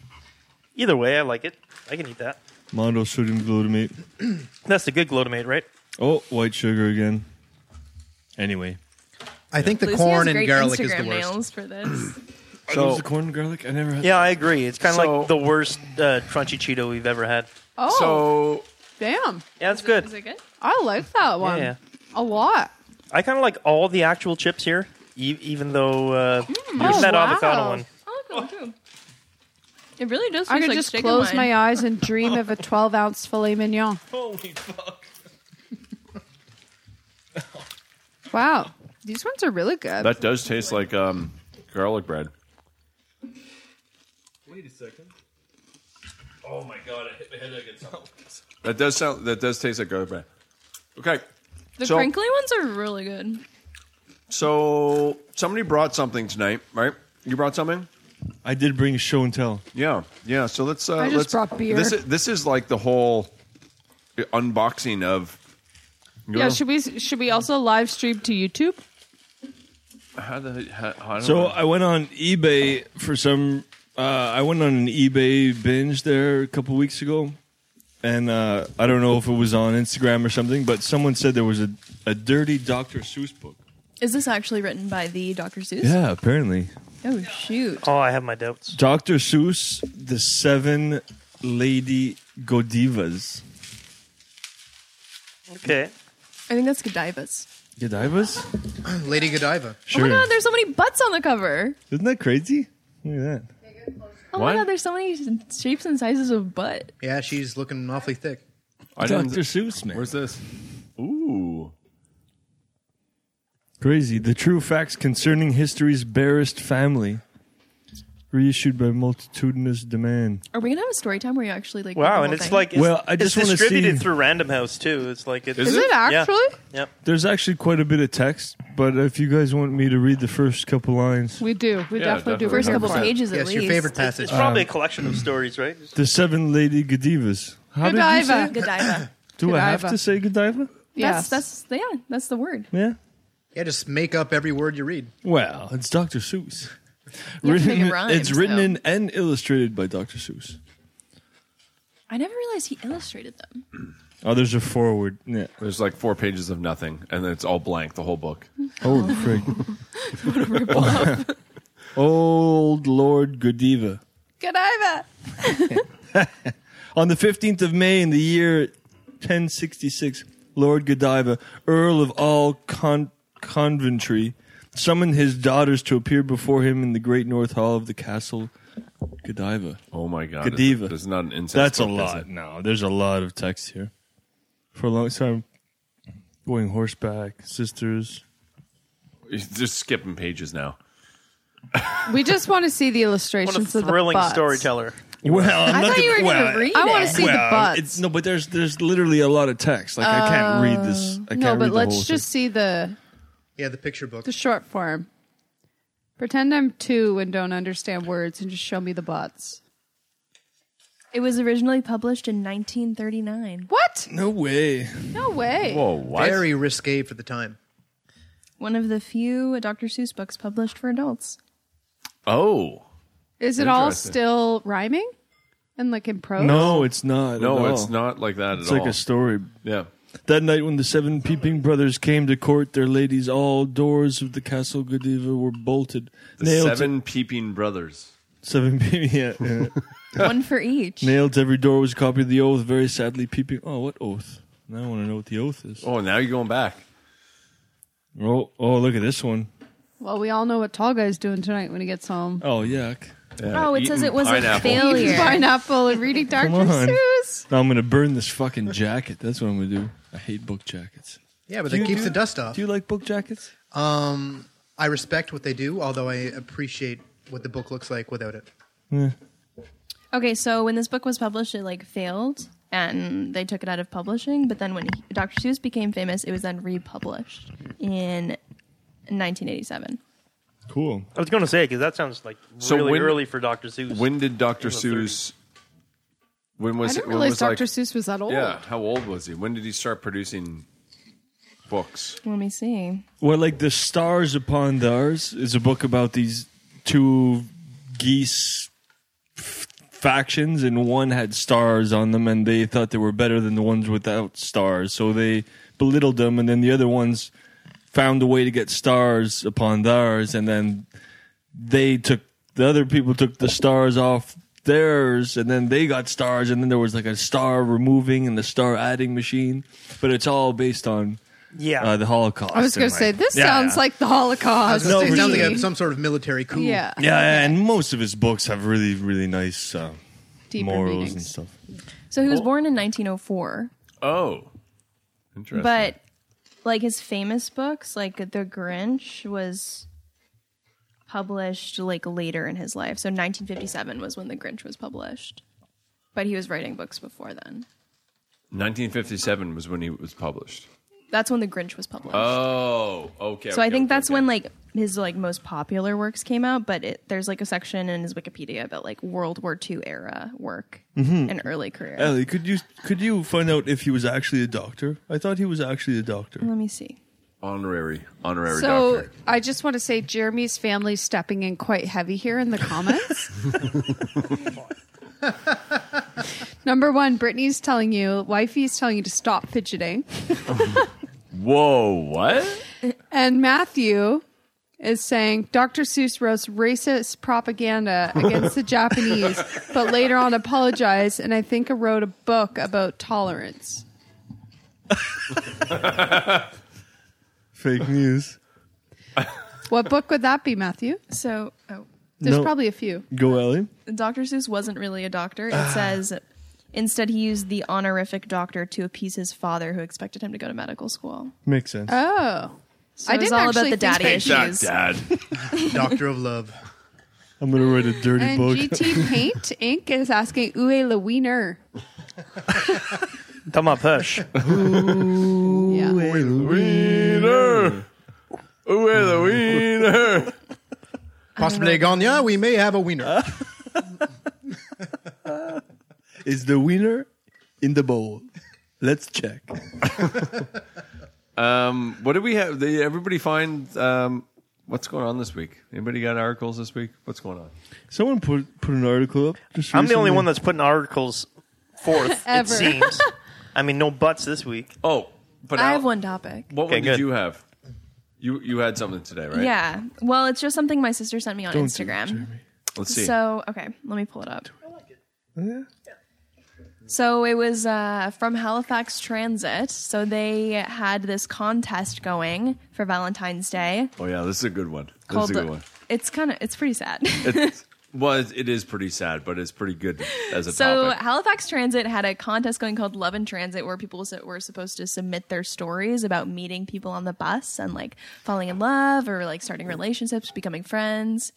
F: Either way, I like it. I can eat that.
C: Mondo sodium glutamate.
F: That's the good glutamate, right?
C: Oh, white sugar again. Anyway,
D: I think the
G: Lucy
D: corn
G: has
D: and
G: great
D: garlic
G: Instagram
D: is the worst.
G: nails for this.
C: are
I: So-
C: those the corn and garlic? I never had.
F: Yeah, I agree. It's kind of
I: So-
F: like the worst uh, crunchy Cheeto we've ever had.
H: Oh,
I: so
H: damn.
F: Yeah, it's good.
G: Is it good?
H: I like that one
F: Yeah.
H: a lot.
F: I kind of like all the actual chips here, e- even though uh, there's
H: Oh,
F: that
H: wow.
F: avocado one.
G: I like that one too. It really does. Taste
H: I could
G: like
H: just
G: chicken
H: close
G: wine.
H: my eyes and dream of a 12 ounce filet mignon.
F: Holy fuck!
H: Wow. These ones are really good.
I: that does taste like um, garlic bread.
C: Wait a second. Oh my god, I hit my head against something.
I: That does sound. That does taste like garlic bread. Okay,
G: The
I: So-
G: crinkly ones are really good.
I: so somebody brought something tonight, right? You brought something.
C: I did bring show and tell.
I: Yeah, yeah. So let's. Uh,
H: I just
I: let's,
H: brought beer.
I: This is, this is like the whole unboxing of.
H: yeah, should we should we also live stream to YouTube?
I: How the, how, how do
C: So uh,
I: I,
C: I went on eBay for some. Uh, I went on an eBay binge there a couple weeks ago, and uh, I don't know if it was on Instagram or something, but someone said there was a, a dirty Dr. Seuss book.
G: Is this actually written by the Dr. Seuss?
C: Yeah, apparently
G: Oh shoot.
F: Oh, I have my doubts.
C: Dr. Seuss, the Seven Lady Godivas.
F: Okay,
G: I think that's Godivas.
C: Godivas?
D: Lady Godiva.
C: Sure.
G: Oh my god, there's so many butts on the cover.
C: Isn't that crazy? Look at that.
G: Oh
A: What?
G: my god, there's so many shapes and sizes of butt.
D: Yeah, she's looking awfully thick.
I: I
C: Dr.
I: didn't-
C: Seuss, man.
I: Where's this? Ooh.
C: Crazy. The true facts concerning history's barest family. Reissued by multitudinous demand.
G: Are we gonna have a story time where you actually like? read the
F: Wow, and
G: whole
F: it's
G: thing?
F: like it's,
C: Well, I just
F: it's
C: wanna
F: distributed
C: see-
F: through Random House too. It's like it's,
I: Is
H: Is it actually?
F: Yep.
C: There's actually quite a bit of text, but if you guys want me to read the first couple lines,
H: We do. We definitely, do.
I: Yeah, definitely.
G: first couple
H: Go for it.
G: pages at
D: yes,
G: least.
D: your favorite
F: It's
D: passage.
F: probably
C: Um,
F: a collection of stories, right?
C: the seven lady Godivas. How did you say?
H: Godiva.
G: Godiva.
C: Do I have
H: Godiva.
C: to say Godiva?
H: Yes,
G: That's that's yeah, that's the word.
C: Yeah.
D: Yeah, just make up every word you read.
C: Well, it's Dr. Seuss.
G: You have to make it rhyme,
C: it's written
G: so.
C: in and illustrated by Dr. Seuss.
G: I never realized he illustrated them.
C: Oh, there's a forward. Yeah.
I: There's like four pages of nothing, and then it's all blank, the whole book.
C: Holy frick. Old Lord Godiva.
H: Godiva.
C: On the 15th of May in the year 1066, Lord Godiva, Earl of all Con- Conventry, summoned his daughters to appear before him in the great north hall of the castle Godiva.
I: Oh my god.
C: Godiva.
I: There's not an incense.
C: That's a
I: book, is
C: lot.
I: it?
C: No, there's a lot of text here. For a long time, going horseback, sisters.
I: You're Just skipping pages now.
H: We just want to see the
F: What a
H: illustrations of the
F: thrilling
H: butts.
F: storyteller.
C: Well, I'm
G: I
C: not
G: thought
C: gonna-
G: you were gonna
C: well,
G: read
H: I want
G: it.
H: to see the butts.
C: It's, no, but there's there's literally a lot of text. Like I can't read this. I can't
H: Uh, no,
C: read
H: but
C: the
H: let's
C: whole
H: just see the
D: Yeah, the picture book.
H: the short form. Pretend I'm two and don't understand words, and just show me the butts.
G: It was originally published in 1939.
H: What?
C: thing. No way.
H: No way.
C: Oh,
I: Whoa, what?
D: Very risque for the time.
G: One of the few Dr. Seuss books published for adults.
I: Oh.
H: Is it all
I: Interesting.
H: still rhyming and like in prose?
C: No, it's not. at
I: No,
C: all.
I: it's not like that at
C: It's
I: all.
C: like a story.
I: yeah.
C: That night when the seven peeping brothers came to court their ladies, all doors of the castle Godiva were bolted.
I: The
C: nailed to-
I: Seven Peeping Brothers.
C: seven peeping. Yeah, yeah.
G: One for each.
C: nailed to every door was a copy of the oath. Very sadly, peeping. Oh, what oath? Now I want to know what the oath is.
I: Oh, now you're going back.
C: Oh, oh, look at this one.
H: Well, we all know what Tall Guy's doing tonight when he gets home.
C: Oh, yuck.
G: Oh, it says
I: Eating
G: it was a
I: pineapple.
G: failure.
H: Pineapple and reading Dr.
C: on.
H: Seuss.
C: Now I'm gonna burn this fucking jacket. That's what I'm gonna do. I hate book jackets.
D: Yeah, but
C: Do
D: that
C: you-
D: keeps
C: do-
D: the dust off.
C: Do you like book jackets?
D: Um, I respect what they do, although I appreciate what the book looks like without it.
G: Okay, so when this book was published, it like failed and they took it out of publishing. But then when he- Dr. Seuss became famous, it was then republished in 1987.
C: Cool.
F: I was going to say because that sounds like
I: So
F: really
I: when-
F: early for Dr. Seuss.
I: When did Dr.
F: In the 30s.
I: Seuss. When
H: I
I: was
H: didn't
I: when
H: realize
I: was
H: Dr.
I: like-
H: Seuss was that old.
I: Yeah, how old was he? When did he start producing books?
G: Let me see.
C: Well, like the stars upon theirs is a book about these two geese f- factions, and one had stars on them, and they thought they were better than the ones without stars, so they belittled them, and then the other ones found a way to get stars upon theirs, and then they took the other people took the stars off theirs and then they got stars and then there was like a star removing and the star adding machine but it's all based on
F: yeah,
C: uh, the holocaust
H: I was going to say, this sounds like the
D: I
H: Holocaust.
D: was gonna say,
C: for
D: it sounds
C: sure.
D: like a, some sort of military coup.
H: yeah.
C: Yeah, yeah, and most of his books have really, really nice uh,
H: Deeper
C: morals
H: meanings.
C: and stuff.
G: So he was born in 1904,
I: Oh. Interesting.
G: but like his famous books, like The Grinch, was published like later in his life. So 1957 was when The Grinch was published. But he was writing books before then.
I: 1957 was when he was published.
G: That's when The Grinch was published.
I: Oh, okay.
G: So I think that's when like his like most popular works came out, but it, there's like a section in his Wikipedia about like World War II era work
I: Mm-hmm.
G: and early career.
C: Ellie, could you could you find out if he was actually a doctor? I thought he was actually a doctor.
G: Let me see.
I: honorary honorary
H: So
I: doctor.
H: I just want to say Jeremy's family's stepping in quite heavy here in the comments. Number one, Brittany's telling you, wifey's telling you to stop fidgeting.
I: Whoa, what?
H: And Matthew is saying Dr. Seuss wrote racist propaganda against the Japanese, but later on apologized and I think wrote a book about tolerance.
C: Fake news.
H: What book would that be, Matthew?
G: So oh
H: There's
C: No.
H: probably a few.
C: Go, Ellie.
G: Dr. Seuss wasn't really a doctor.
I: Ah.
G: It says instead he used the honorific doctor to appease his father, who expected him to go to medical school.
C: Makes sense.
G: Uh,
H: Oh.
G: So
H: I
G: it was
H: didn't
G: all about
H: actually
G: the daddy
H: think-
G: issues.
I: Dad.
D: Doctor of Love.
C: I'm gonna write a dirty
H: And
C: book.
H: GT Paint Inc. is asking Uwe Le Wiener.
F: Tell my push.
H: Yeah.
I: Wiener. With a wiener.
D: Possibly a Gagne, we may have a wiener.
C: Is the wiener in the bowl? Let's check.
I: Um, what did we have? Did everybody find um, what's going on this week? Anybody got articles this week? What's going on?
C: Someone put put an article up. Just
F: I'm the only
C: recently.
F: one that's putting articles forth. it
H: Ever.
F: seems. I mean, no butts this week.
I: Oh, but
G: I
I: Al-
G: have one topic.
I: What
F: Okay,
I: one
F: good.
I: did you have? You you had something today, right?
G: Yeah. Well, it's just something my sister sent me on
C: Don't do it,
G: Instagram.
C: Jeremy.
I: Let's see.
G: So, okay, let me pull it up.
I: Oh,
G: So it was uh, from Halifax Transit. So they had this contest going for Valentine's Day
I: oh yeah, this is a good one. This
G: called.
I: is a good one.
G: It's kind of it's pretty sad.
I: It's, well, it- it is pretty sad, but it's pretty good as a
G: So
I: topic.
G: Halifax Transit had a contest going called Love in Transit, where people su- were supposed to submit their stories about meeting people on the bus and like falling in love or like starting relationships, becoming friends.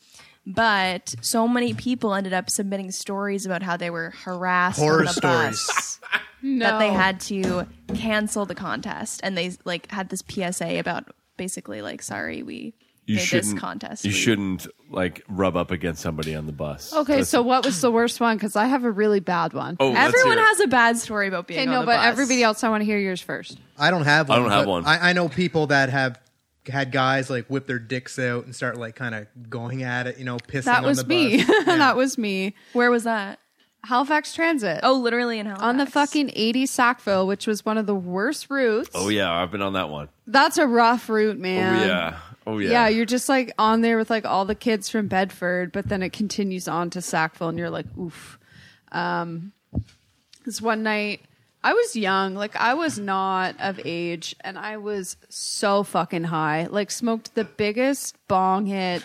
G: But so many people ended up submitting stories about how they were harassed
D: Horror
G: on the bus
H: No.
G: that they had to cancel the contest, and they like had this PSA about basically like, sorry, we
I: you
G: made
I: shouldn't
G: this contest.
I: You
G: We-
I: shouldn't like rub up against somebody on the bus.
H: Okay, so what was the worst one? Because I have a really bad one.
I: Oh, let's
G: Everyone
I: hear it.
G: has a bad story about being
H: okay,
G: on
H: no,
G: the
H: but
G: bus.
H: everybody else, I want to hear yours first.
D: I don't have
I: I
D: one.
I: don't have
D: but
I: one.
D: I, I know people that have had guys like whip their dicks out and start like kind of going at it, you know, pissing
H: That
D: on the
H: was me.
D: bus.
H: that was me.
G: Where was that?
H: Halifax Transit.
G: Oh, literally in Halifax.
H: on the fucking 80 Sackville, which was one of the worst routes.
I: Oh yeah, I've been on that one.
H: That's a rough route,
I: Oh
H: man.
I: yeah. Oh yeah.
H: Um, Yeah. you're just like on there with like all the kids from Bedford, but then it continues on to Sackville, and you're like, oof. Um, this one night, I was young, like I was not of age, and I was so fucking high. Like smoked the biggest bong hit,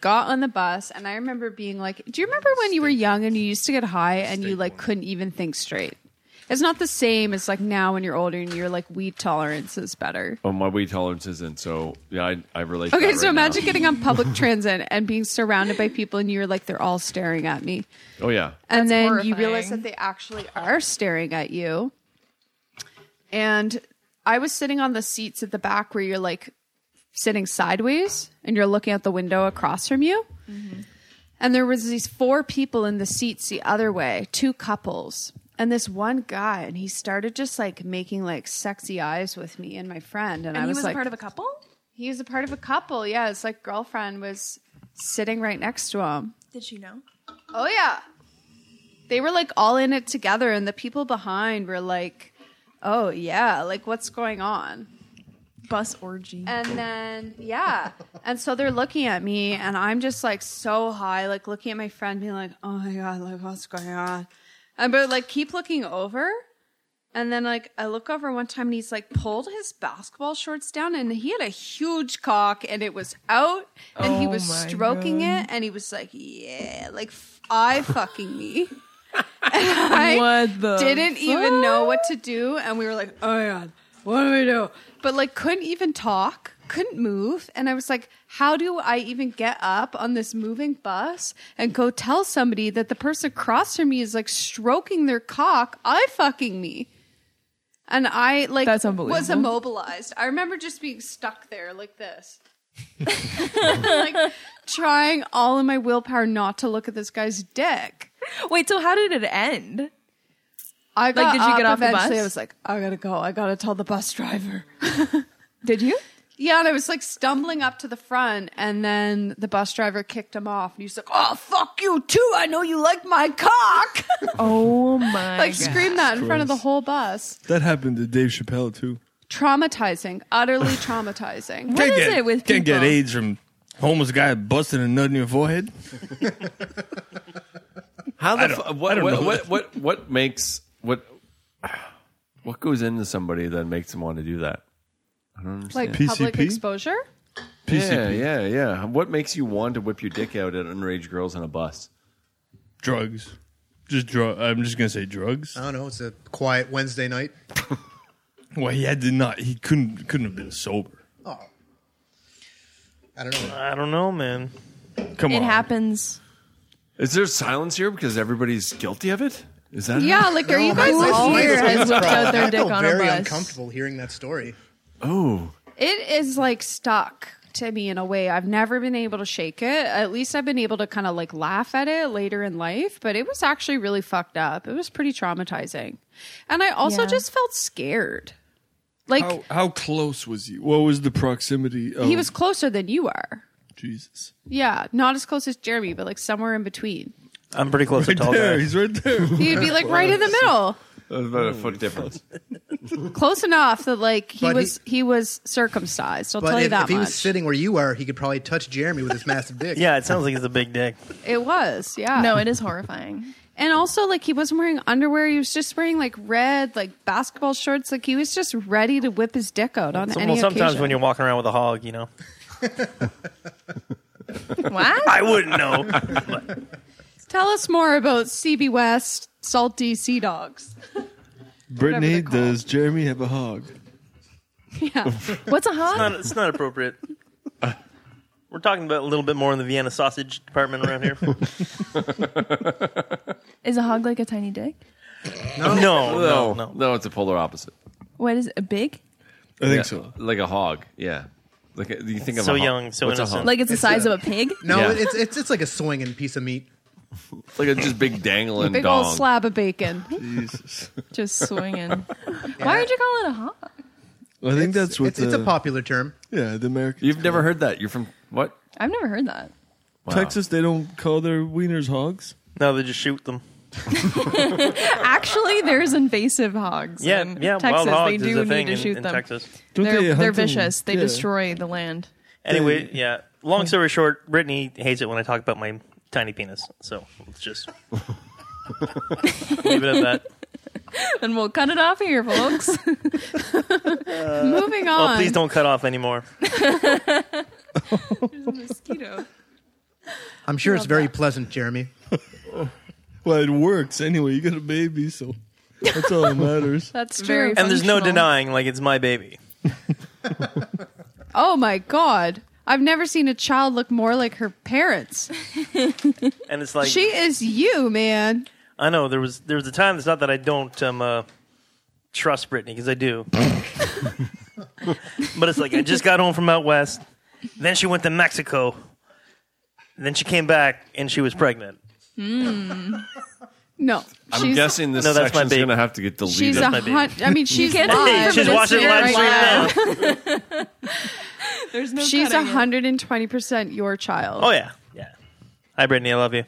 H: got on the bus, and I remember being like, do you remember when you were young and you used to get high and you like couldn't even think straight? It's not the same as like now when you're older and you're like weed tolerance is better.
I: Oh, my weed tolerance isn't so. Yeah, I, I relate. to
H: Okay,
I: that
H: so
I: right now.
H: imagine getting on public transit and being surrounded by people, and you're like, they're all staring at me.
I: Oh yeah.
H: And then you
G: horrifying.
H: realize that they actually are staring at you. And I was sitting on the seats at the back where you're like sitting sideways and you're looking out the window across from you.
G: Mm-hmm.
H: And there was these four people in the seats the other way, two couples. And this one guy, and he started just like making like sexy eyes with me and my friend. And,
G: And
H: I
G: he
H: was,
G: was
H: like,
G: a part of a couple?
H: he was a part of a couple. Yeah, his like girlfriend was sitting right next to him.
G: Did she know?
H: Oh yeah, they were like all in it together, and the people behind were like, "Oh yeah, like what's going on?"
G: Bus orgy.
H: And then yeah, and so they're looking at me, and I'm just like so high, like looking at my friend, being like, "Oh my god, like what's going on?" And but like keep looking over. And then like I look over one time and he's like pulled his basketball shorts down and he had a huge cock and it was out and he
G: Oh
H: was
G: my
H: stroking
G: God.
H: it and he was like yeah like f- I fucking me. and I
G: What the
H: didn't even know what to do and we were like oh my god what do we do? But like couldn't even talk, couldn't move and I was like how do I even get up on this moving bus and go tell somebody that the person across from me is like stroking their cock I fucking me. And I like
G: That's
H: was
G: unbelievable.
H: immobilized. I remember just being stuck there like this. like trying all of my willpower not to look at this guy's dick.
G: Wait, so how did it end?
H: I got
G: did you get
H: up
G: off the
H: eventually.
G: bus?
H: I was like, I gotta go. I gotta tell the bus driver.
G: Did you?
H: Yeah, and I was like stumbling up to the front, and then the bus driver kicked him off, and he's like, "Oh, fuck you too! I know you like my cock!"
G: Oh my
H: like screamed that in front of the whole bus.
C: That happened to Dave Chappelle too.
H: Traumatizing, utterly traumatizing.
G: What is it with
C: can't get
G: people?
C: AIDS from homeless guy busting a nut in your forehead.
I: How the
C: don't-
I: fu- what,
C: I don't
I: what,
C: know
I: what,
C: that.
I: what what makes what what goes into somebody that makes them want to do that? I don't understand.
H: Like
C: PCP?
H: public exposure.
I: Yeah, yeah, yeah. What makes you want to whip your dick out at underage girls on a bus?
C: Drugs. Just drug. I'm just gonna say drugs.
D: I don't know. It's a quiet Wednesday night.
C: Well, he had to not. He couldn't. Couldn't have been sober.
D: I don't know.
F: I don't know, man.
C: Come
G: It
C: on.
G: happens.
I: Is there silence here because everybody's guilty of it? Is that
H: Yeah, like are you guys
G: who
H: all
G: here has whipped out their
D: I feel
G: dick on a
D: very
G: bus?
D: uncomfortable hearing that story.
I: Oh,
H: It is like stuck to me in a way. I've never been able to shake it. At least I've been able to kind of like laugh at it later in life, but it was actually really fucked up. It was pretty traumatizing. And I also
G: Yeah.
H: just felt scared. Like
C: How how close was he? What was the proximity? Of,
D: Oh.
H: he was closer than you are.
C: Jesus.
H: Yeah, not as close as Jeremy, but like somewhere in between.
F: I'm pretty close to tall
C: There,
F: guy.
C: he's right there.
H: He'd be like right in the middle.
I: that was about a foot difference.
H: Close enough that like he
D: But he-
H: was he, was circumcised. I'll
D: But
H: tell you
D: if,
H: that
D: if he
H: much.
D: was sitting where you are, he could probably touch Jeremy with his massive dick.
F: Yeah, it sounds like it's a big dick.
H: it was, yeah.
G: No, it is horrifying.
H: And also, like, he wasn't wearing underwear. He was just wearing, like, red, like, basketball shorts. Like, he was just ready to whip his dick out on
F: So-
H: any
F: well, sometimes
H: occasion.
F: when you're walking around with a hog, you know.
G: What?
F: I wouldn't know.
H: Tell us more about CB West salty sea dogs.
C: Brittany,
H: they're called.
C: does Jeremy have a hog?
H: Yeah.
G: What's a hog?
F: not, it's not appropriate. We're talking about a little bit more in the Vienna sausage department around here.
G: Is a hog like a tiny dick?
F: no, no,
I: No,
F: no.
I: no, it's a polar opposite.
G: What is it? A big?
C: I think
I: Yeah,
C: so.
I: Like a hog. Yeah. Like a, you think of
F: So
I: a hog.
F: young, so
I: What's a
F: innocent.
I: hog?
G: Like it's the size of a pig?
D: No,
I: Yeah.
D: it's it's it's like a swinging piece of meat.
I: like a just big dangling
H: Big
I: dong.
H: old slab of bacon.
C: Jesus.
G: Just swinging. Why would you call it a hog?
C: I think that's what
D: It's,
C: the,
D: it's a popular term.
C: Yeah, the American
I: You've never heard that. You're from what?
G: I've never heard that.
I: Wow.
C: Texas. They don't call their wieners hogs.
F: No, they just shoot them.
G: Actually, there's invasive hogs.
F: Yeah,
G: in
F: yeah.
G: Texas,
F: wild hogs
G: they
F: is
G: do
F: a
G: need
F: thing
G: to
F: in,
G: shoot
F: in
G: them.
F: Texas.
C: Don't
G: They're,
C: they hunt
G: they are
C: them?
G: vicious. They
C: Yeah.
G: destroy the land.
F: Anyway, yeah. Long story short, Brittany hates it when I talk about my tiny penis. So let's just leave it at that.
G: And we'll cut it off here, folks.
H: Moving on.
F: Well, Oh, please don't cut off anymore.
G: Mosquito.
D: I'm sure it's
H: Love
D: very
H: that.
D: pleasant, Jeremy.
C: Well, it works anyway. You got a baby, so that's all that matters.
H: That's true.
G: Very
F: And there's no
G: Functional.
F: denying, like it's my baby.
H: oh, my God. I've never seen a child look more like her parents.
F: And it's like
H: She is you, man.
F: I know there was there was a time. It's not that I don't um, uh, trust Brittany because I do, but it's like I just got home from out west. Then she went to Mexico. Then she came back and she was pregnant.
H: No.
I: I'm
H: she's
I: guessing this
F: No, that's my
I: section's
F: baby.
I: going to have to get deleted.
H: she's a
F: my baby.
H: hun- I mean, she's
G: can't
H: live.
G: leave
F: She's
G: Listening
F: watching live
G: right
F: stream now.
G: There's no
H: She's
G: cutting it.
H: 120% your child.
F: Oh yeah, yeah. Hi Brittany, I love you.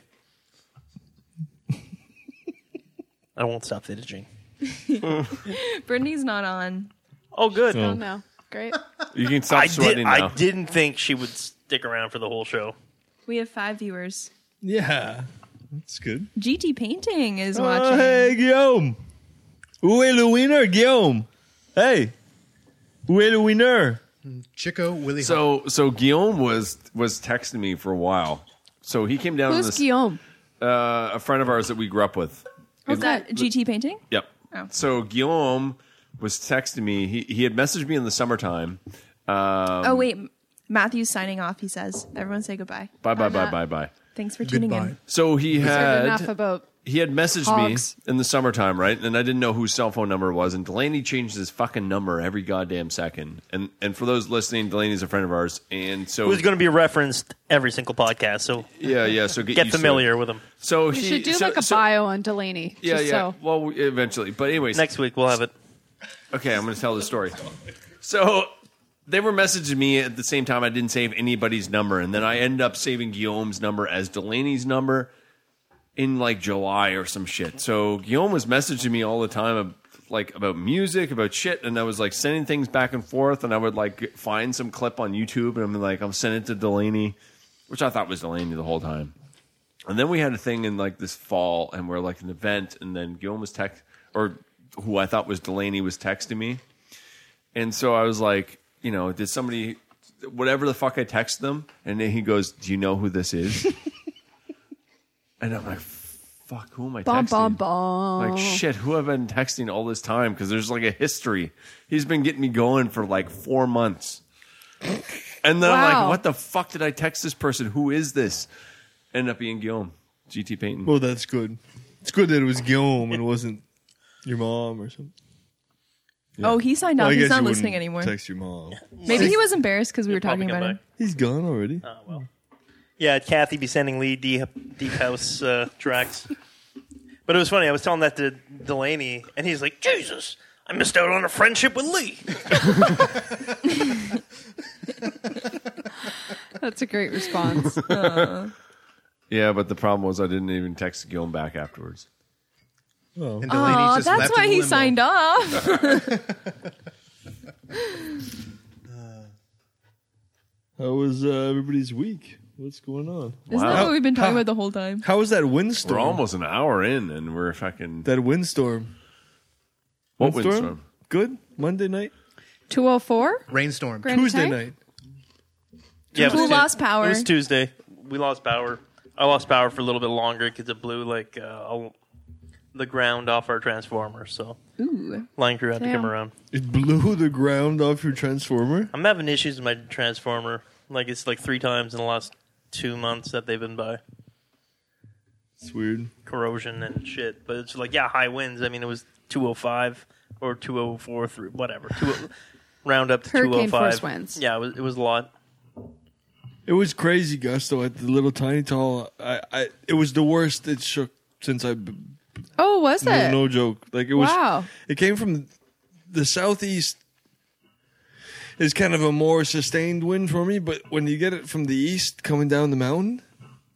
F: I won't stop editing.
G: Brittany's not on.
F: Oh good.
H: Oh, no. Great.
I: you can stop
F: I did.
I: sweating now.
F: I didn't think she would stick around for the whole show.
G: We have five viewers.
C: Yeah, that's good.
G: GT Painting is
C: Oh,
G: watching.
C: hey, Guillaume. Où est le winner, Guillaume? Hey, où est le winner?
D: Chico Willie. Hawk.
I: So so Guillaume was was texting me for a while. So he came down. on
H: Who's
I: this,
H: Guillaume?
I: Uh, a friend of ours that we grew up with.
G: What's that? GT Painting?
I: Yep.
G: Oh.
I: So Guillaume was texting me. He he had messaged me in the summertime.
G: oh, wait. Matthew's signing off, he says. Everyone say goodbye. Um,
I: Bye bye bye
H: not-
I: bye bye.
G: Thanks for tuning
D: Goodbye.
G: in.
I: So he
H: Heard
I: had
H: enough about
I: he had messaged
H: Hogs.
I: me in the summertime, right? And I didn't know whose cell phone number it was. And Delaney changed his fucking number every goddamn second. And and for those listening, Delaney's a friend of ours. And so
F: Who's going to be referenced every single podcast? So
I: yeah yeah. So get,
F: get
I: used to it.
F: familiar with them.
I: So
H: We
I: he
H: should do
I: so-
H: like a
I: so-
H: bio on Delaney.
I: Yeah
H: just
I: yeah.
H: So.
I: Well, we- eventually. But anyways,
F: Next week we'll have it.
I: Okay, I'm going to tell the story. So they were messaging me at the same time. I didn't save anybody's number, and then I ended up saving Guillaume's number as Delaney's number in like July or some shit. So Guillaume was messaging me all the time, ab- like about music, about shit, and I was like sending things back and forth. And I would like get- find some clip on YouTube, and I'm like, I'm sending it to Delaney, which I thought was Delaney the whole time. And then we had a thing in like this fall, and we're like an event, and then Guillaume was text or who I thought was Delaney was texting me, and so I was like, you know, did somebody whatever the fuck I text them, and then he goes, "Do you know who this is?" and I'm like, "Fuck, who am I
H: Bum,
I: texting?"
H: bum, bum.
I: Like shit, who have I been texting all this time? Because there's like a history. He's been getting me going for like four months, and then I'm like,
H: Wow.
I: "What the fuck did I text this person? Who is this?" Ended up being Guillaume, GT Payton.
C: Well, that's good. It's good that it was Guillaume and it wasn't your mom or something.
G: Oh, he signed off.
C: I guess
G: He's
C: you
G: not
C: wouldn't
G: listening anymore.
C: Text your mom.
G: Maybe he was embarrassed because we were
F: Probably
G: talking
F: come
G: about him.
F: back.
C: He's gone already.
G: Oh,
F: Yeah, Kathy be sending Lee deep, deep house uh, tracks. But it was funny. I was telling that to Delaney, and he's like, "Jesus, I missed out on a friendship with Lee."
H: That's a great response.
I: Yeah, but the problem was I didn't even text Guillaume back afterwards.
D: And
G: Aw,
D: just
G: that's
D: left
G: why
D: in
G: he
D: limbo.
G: signed off.
C: How was uh, everybody's week? What's going on?
G: Isn't that
I: Wow.
G: what we've been talking about the whole time?
C: How was that windstorm?
I: We're almost an hour in, and we're fucking
C: That windstorm.
I: what
C: windstorm?
I: windstorm?
C: Good. Monday night.
H: 204?
D: Rainstorm.
H: Grand
C: Tuesday
H: Tank?
C: night.
F: yeah,
G: Who lost power?
F: It was Tuesday. We lost power. I lost power for a little bit longer because it blew like uh, all- the ground off our transformer. So
H: Ooh.
F: line crew had to come
H: Damn.
F: around.
C: It blew the ground off your transformer.
F: I'm having issues with my transformer. Like it's like three times in the last two months that they've been by.
C: It's weird.
F: corrosion and shit. But it's like, yeah, high winds. I mean, it was 205 or 204 through whatever. Two, oh, round up to
H: Hurricane
F: 205.
H: force winds.
F: Yeah, it was, it was a lot.
C: It was crazy, Gusto. At the little tiny tall, I, I it was the worst it shook since I. b-
H: Oh, was
C: No,
H: it?
C: no joke. Like it was.
H: Wow.
C: It came from the southeast. Is kind of a more sustained wind for me, but when you get it from the east coming down the mountain,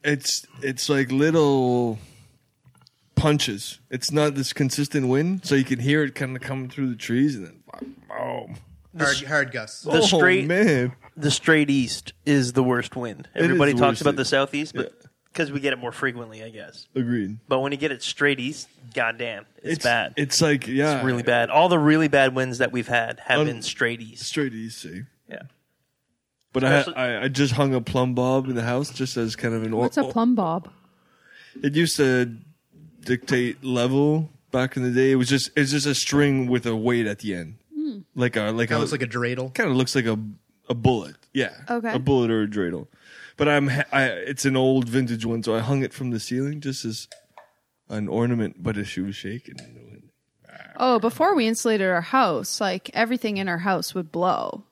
C: it's it's like little punches. It's not this consistent wind, so you can hear it kind of coming through the trees and then. Oh,
D: Hard, hard gusts.
F: The
C: oh
F: straight-
C: man.
F: The straight east is the worst wind.
C: is
F: Everybody
C: the
F: talks
C: worst
F: about
C: e-
F: the southeast, but because we get it more frequently, I guess.
C: Agreed.
F: But when you get it straight east, goddamn, it's, bad. It's
C: It's like yeah,
F: really bad. All the really bad winds that we've had have
C: Un-
F: been straight east.
C: Straight east, see.
F: Yeah.
C: But I,
F: Especially-
C: I I just hung a plumb bob in the house just as kind of an.
H: What's a plumb bob?
C: It used to dictate level back in the day. It was just it's just a string with a weight at the end,
H: Hmm.
C: like a like
D: That
C: a,
D: looks like a dreidel.
C: kind of looks like a a bullet. Yeah.
H: Okay.
C: A bullet or a dreidel. But I'm ha- I it's an old vintage one, so I hung it from the ceiling just as an ornament. But if she was shaking, in the wind.
H: Oh, before we insulated our house, like everything in our house would blow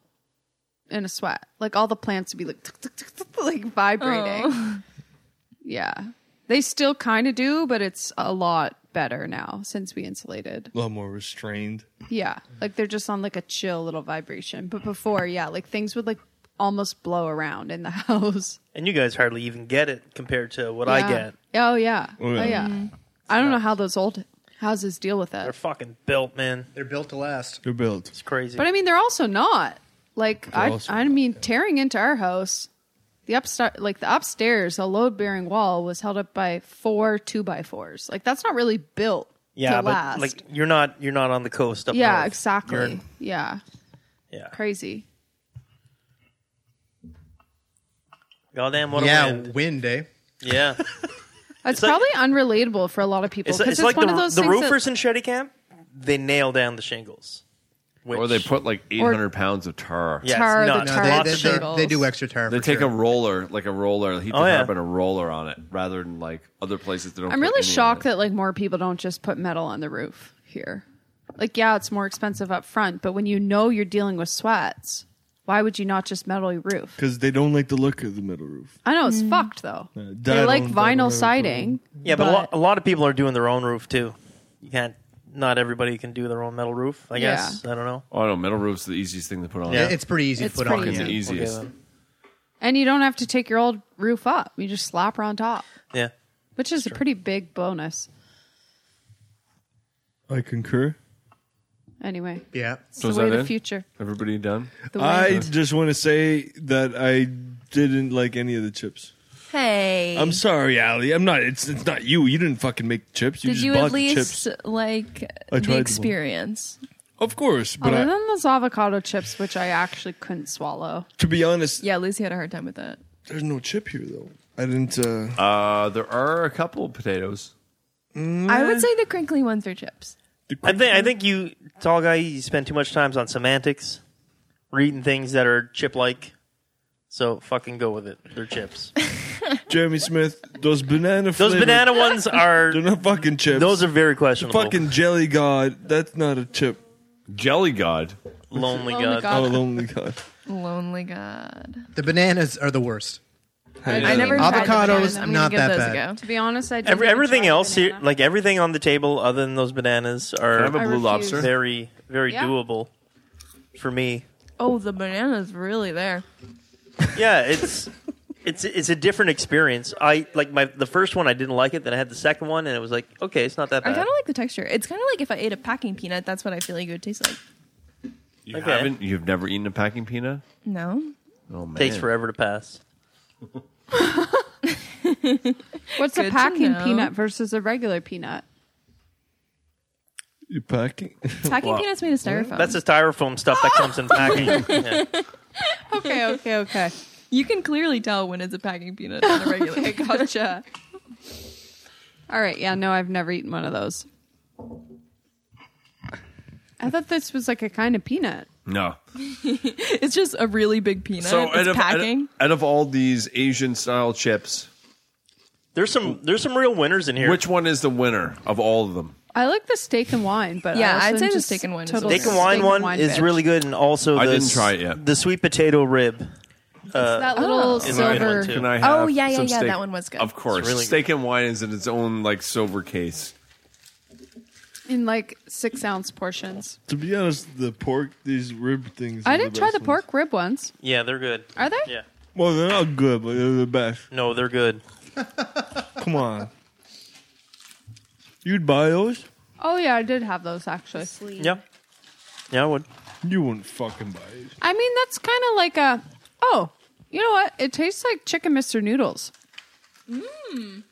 H: in a sweat. Like all the plants would be like tuk, tuk, tuk, tuk, like vibrating. Yeah. They still kind of do, but it's a lot better now since we insulated.
C: a lot more restrained.
H: Yeah.
F: Mm-hmm.
H: Like they're just on like a chill little vibration. But before, yeah, like things would like almost blow around in the house.
F: And you guys hardly even get it compared to what I
H: Yeah.
F: get. Mm-hmm.
H: Oh yeah.
C: Oh,
H: Oh
C: yeah.
H: yeah. I don't know how those old houses deal with
F: They're
H: it.
F: fucking built, man.
D: They're built to last.
C: They're built.
F: It's crazy.
H: But I mean, they're also not. Like I,
C: also
H: I mean, tearing into our house, the upstart, like the upstairs, a load bearing wall was held up by four two by fours. Like that's not really built
F: yeah,
H: to
F: but
H: last.
F: like you're not you're not on the coast up
H: yeah,
F: north.
H: exactly.
F: You're in-
H: yeah,
F: yeah.
H: crazy.
F: Goddamn, what
D: yeah,
F: a wind.
D: wind, eh?
F: Yeah.
H: It's,
F: like-
H: probably unrelatable for a lot of people
F: It's,
H: because
F: it's,
H: it's,
F: like
H: one
F: the,
H: of those
F: the
H: things that-
F: roofers in Shetty Camp, they nail down the shingles. Which,
I: Or they put like 800 pounds of tar.
F: yeah,
H: Tar
F: it's
H: the
F: nuts.
D: No,
H: tar-
D: they,
F: Lots
D: they,
F: of
D: they,
F: tar.
D: they do extra tar.
I: They
D: for
I: take
D: sure.
I: a roller, like a roller, heat the
F: Oh, yeah.
I: tarp and a roller on it, rather than like other places that don't.
H: I'm
I: put
H: really
I: any on
H: shocked
I: it.
H: that like more people don't just put metal on the roof here. Like, yeah, it's more expensive up front, but when you know you're dealing with sweats, why would you not just metal your roof?
C: Because they don't like the look of the metal roof.
H: I know it's fucked though.
C: that
H: they like
C: don't- that don't
H: vinyl
C: really
H: siding.
F: Mm. yeah, but, a, lot, a lot of people are doing their own roof too. You can't. Not everybody can do their own metal roof. I
H: Yeah.
F: guess I don't know.
I: Oh no, metal roof's the easiest thing to put on.
F: Yeah.
D: It's pretty easy
H: It's
D: to put
H: pretty
D: on.
I: It's
H: easy.
D: yeah.
I: the easiest.
F: Okay,
H: and you don't have to take your old roof up. You just slap her on top,
F: Yeah,
H: which is a pretty big bonus.
C: I concur.
H: Anyway,
D: Yeah.
H: it's
I: So is
H: the way
I: that
H: of
I: it?
H: the future.
I: Everybody done?
H: The way
C: I
H: of the-
C: just want to say that I didn't like any of the chips.
G: Hey,
C: I'm sorry, Ali. I'm not. It's it's not you. You didn't fucking make the chips. You
G: did
C: just
G: you
C: bought
G: at
C: the chips.
G: least like
C: tried the
G: the
C: one.
G: experience?
C: Of course, but
H: Other
C: I,
H: than those avocado chips, which I actually couldn't swallow.
F: Oh
C: to be honest,
G: Yeah, Lucy had a hard time with that.
C: there's no chip here though. I didn't. Uh,
I: Uh, there are a couple of potatoes.
G: I
D: Mm.
G: would say the crinkly ones are chips.
F: I think I think you tall guy you spend too much time on semantics, reading things that are chip like. So fucking go with it. They're chips.
C: Jeremy Smith, those banana.
F: Those banana ones are
C: They're not fucking chips.
F: those are very questionable.
C: fucking jelly god. That's not a chip.
I: Jelly God.
F: lonely
H: Oh my
F: god.
H: God.
C: Oh, lonely god.
G: Lonely God.
D: The bananas are the worst.
G: I never
H: Avocados,
G: tried the bananas.
H: I'm
G: I'm
D: not
G: gonna give
D: that
G: those
D: bad.
G: a
H: To
G: go.
H: be honest, I didn't
F: Every,
H: even
F: everything
H: try
F: else here,
H: banana.
F: like everything on the table, other than those bananas,
I: Can I have a
F: are
H: I
I: blue
H: refuse.
I: lobster?
F: very very
H: Yeah.
F: doable for me.
G: Oh, the banana's really there.
F: Yeah, it's it's it's a different experience. I like my the first one I didn't like it, then I had the second one and it was like, okay, it's not that
G: I
F: bad.
G: kind of like the texture. It's kind of like if I ate a packing peanut. That's what I feel like it would taste like.
I: You
F: Okay.
I: haven't? You've never eaten a packing peanut?
G: No,
I: Oh man.
F: Takes forever to pass.
H: What's
G: Good
H: a
G: to
H: packing
G: know.
H: peanut versus a regular peanut?
C: You packing?
G: packing peanuts made of
I: Um,
G: styrofoam.
F: That's the styrofoam stuff that comes in packing. Yeah.
H: Okay, okay, okay.
G: you can clearly tell when it's a packing peanut. and a regular.
H: okay, gotcha. All right, yeah, no, I've never eaten one of those. I thought this was like a kind of peanut.
I: No.
G: It's just a really big peanut. it's
I: out of, out,
G: packing.
I: of, out of all these Asian style chips,
F: There's some there's some real winners in here.
I: which one is the winner of all of them?
H: I like the steak and wine, but
G: Yeah,
H: I also
G: I'd say
H: am
G: the
H: just
G: steak and wine is
H: total
G: the
F: Steak and
G: Steak
F: wine one is
H: bitch.
F: really good, and also
I: I
F: the,
I: didn't
F: s-
I: try it yet.
F: The sweet potato rib.
H: that little
F: is a good one,
H: silver.
F: too.
I: Can I have
G: Oh, yeah, yeah,
I: some
G: yeah,
I: steak?
G: that one was good.
I: Of course,
F: It's really
I: steak and wine is in its own like silver case.
H: in like six ounce portions.
C: to be honest, the pork, these rib things.
H: I
C: are
H: didn't try
C: best
H: the
C: ones.
H: pork rib ones.
F: Yeah, they're good.
H: Are they?
F: Yeah.
C: Well, they're not good, but they're the best.
F: No, they're good.
C: Come on. You'd buy those?
H: Oh yeah, I did have those actually.
F: Yeah. Yeah, I would.
C: You wouldn't fucking buy it.
H: I mean, that's kind of like a oh, you know what? It tastes like chicken Mister noodles. Mmm.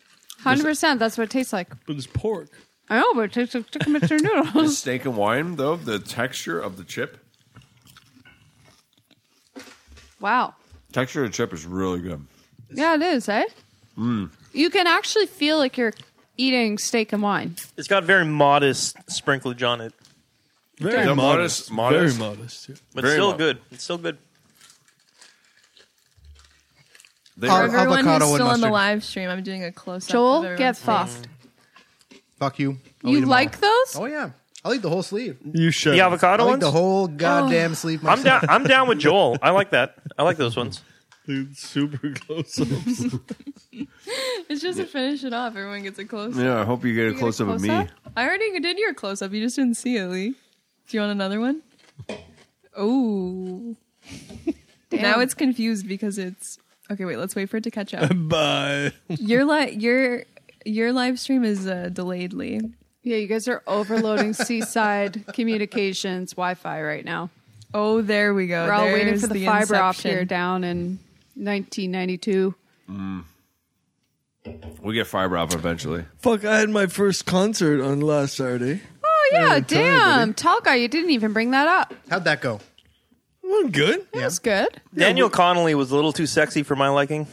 H: Hundred percent. That's what it tastes like.
C: But it's pork.
H: I know, but it tastes like chicken Mister noodles.
I: Steak and wine, though, the texture of the chip,
H: Wow.
I: texture of the chip is really good.
H: Yeah, it is, eh? Mm. You can actually feel like you're eating steak and wine.
F: It's got very modest sprinklage on it,
C: Very
I: Yeah,
C: modest,
I: modest, modest.
C: Very modest. yeah.
F: but
I: Very
F: still
I: mo-
F: good. It's still good.
I: They
G: For
D: Our-
I: are,
D: Avocado
G: everyone who's
D: and
G: still on the
D: mustard.
G: live stream, I'm doing a close up.
H: Joel, get
G: Oh.
H: fucked.
D: Fuck you. I'll eat
H: You
D: 'em
H: like those?
D: all. Oh yeah, I'll eat the whole sleeve.
C: You shut
F: The
C: up.
F: avocado
D: I like
F: ones.
D: the whole goddamn sleeve. Myself.
F: I'm down. I'm down with Joel. I like that. I like those ones.
C: Dude, super close ups.
G: It's just to finish it off. Everyone gets a close up.
I: yeah, I hope you get a close up of me.
H: close-up?
G: I already did your close up. You just didn't see it, Lee. Do you want another one? Oh. Now it's confused because it's okay. Wait, let's wait for it to catch up.
C: Bye.
G: your li- your your live stream is uh, delayed, Lee.
H: Yeah, you guys are overloading seaside communications Wi-Fi right now.
G: Oh, there we go.
H: We're all waiting
G: There's
H: for the, fiber off
G: inception.
H: here down in 1992.
I: We get fiber up eventually.
C: Fuck, I had my first concert on last Saturday.
H: Oh yeah,
C: tell me,
H: damn, tall guy, you didn't even bring that up.
D: How'd that go?
C: Well, good.
D: Yeah.
H: That's good.
F: Daniel Connolly was a little too sexy for my liking.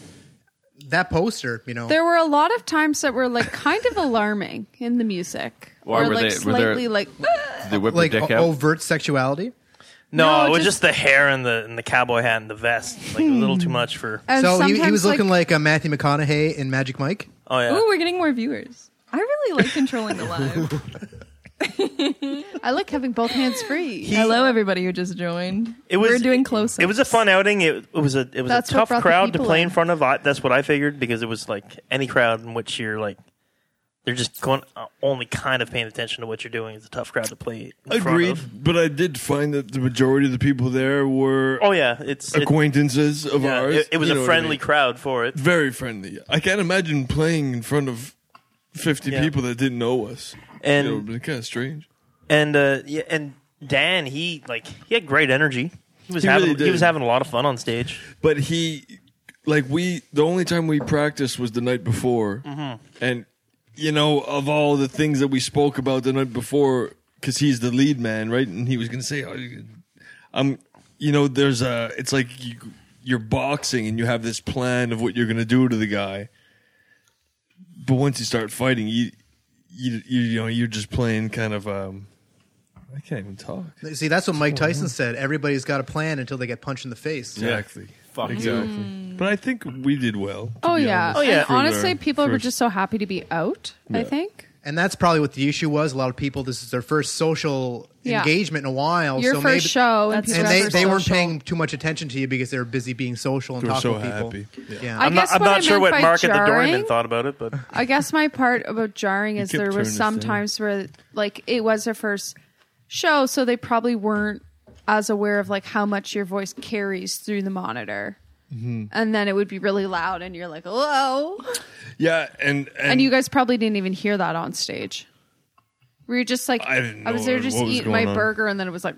D: That poster, you know.
H: There were a lot of times that were like kind of alarming in the music,
I: Why
H: or
I: were
H: like
I: they- were there-
H: slightly like. "Ugh."
I: They whip
D: like
I: their dick
D: o-
I: out.
D: overt sexuality.
F: No,
H: "Ah, No,
F: it was
H: just-
F: just the hair and the and the cowboy hat and the vest. Like a little
H: Hmm.
F: too much for.
H: And
D: so he, he
H: sometimes,
D: was looking like, uh, Matthew McConaughey in Magic Mike.
F: Oh yeah.
G: Ooh, we're getting more viewers. I really like controlling the live.
H: I like having both hands free.
G: Hello, everybody who just joined.
F: It was-
G: we're doing close.
F: It was a fun outing. It, it was a it was
H: That's
F: a
H: what
F: tough
H: brought the
F: crowd to
H: people
F: play in
H: in.
F: front of. I, that's what I figured because it was like any crowd in which you're like they're just going uh, only kind of paying attention to what you're doing. It's a tough crowd to play. In
C: Agreed.
F: Front of.
C: But I did find that the majority of the people there were
F: Oh yeah, it's it,
C: acquaintances of
F: yeah,
C: ours.
F: it, it was
C: You know
F: a
C: what I
F: friendly
C: mean.
F: crowd for it.
C: Very friendly. I can't imagine playing in front of 50
F: Yeah.
C: people that didn't know us.
F: And
C: it would have been kind of strange.
F: and uh, yeah, and Dan he like he had great energy. He was
C: He
F: having
C: really did.
F: he was having a lot of fun on stage.
C: but he like we the only time we practiced was the night before and you know of all the things that we spoke about the night before because he's the lead man, right? And he was gonna say, oh, you- "I'm," you know, there's a. It's like you, you're boxing and you have this plan of what you're gonna do to the guy, but once you start fighting, you you you, you know you're just playing kind of. um I can't even talk.
D: See, that's what Mike Tyson said. Everybody's got a plan until they get punched in the face.
C: Exactly.
I: Fuck
C: Exactly. But I think we did well.
H: Oh yeah.
F: Oh, yeah.
H: And honestly,
C: Fruit, uh,
H: people were
C: fruit.
H: just so happy to be out. I think
D: And that's probably what the issue was. A lot of people, this is their first social
H: Yeah.
D: engagement in a while.
H: your
D: Oh, so
H: first
D: maybe,
H: show, and,
G: That's
H: people
D: And
H: are
D: they,
H: first
D: they weren't
H: social.
D: paying too much attention to you because they were busy being social and
C: They were
D: talking
C: so
D: to people.
C: happy.
D: Yeah.
H: I
F: I'm not,
H: guess
F: I'm
H: what I
F: not sure
H: meant
F: what
H: by
F: Mark at the
H: jarring-
F: doorman thought about it, but
H: I guess my part about jarring is
C: kept
H: there
C: turning
H: was
C: this
H: some
C: down.
H: times where like it was their first show, so they probably weren't as aware of like how much your voice carries through the monitor.
C: Mm-hmm.
H: And then it would be really loud, and you're like, "Whoa!"
C: Yeah, and and,
H: And you guys probably didn't even hear that on stage. Were you just like,
C: I didn't
H: was
C: know
H: there
C: what
H: just
C: was
H: eating my
C: going on.
H: burger, and then it was like,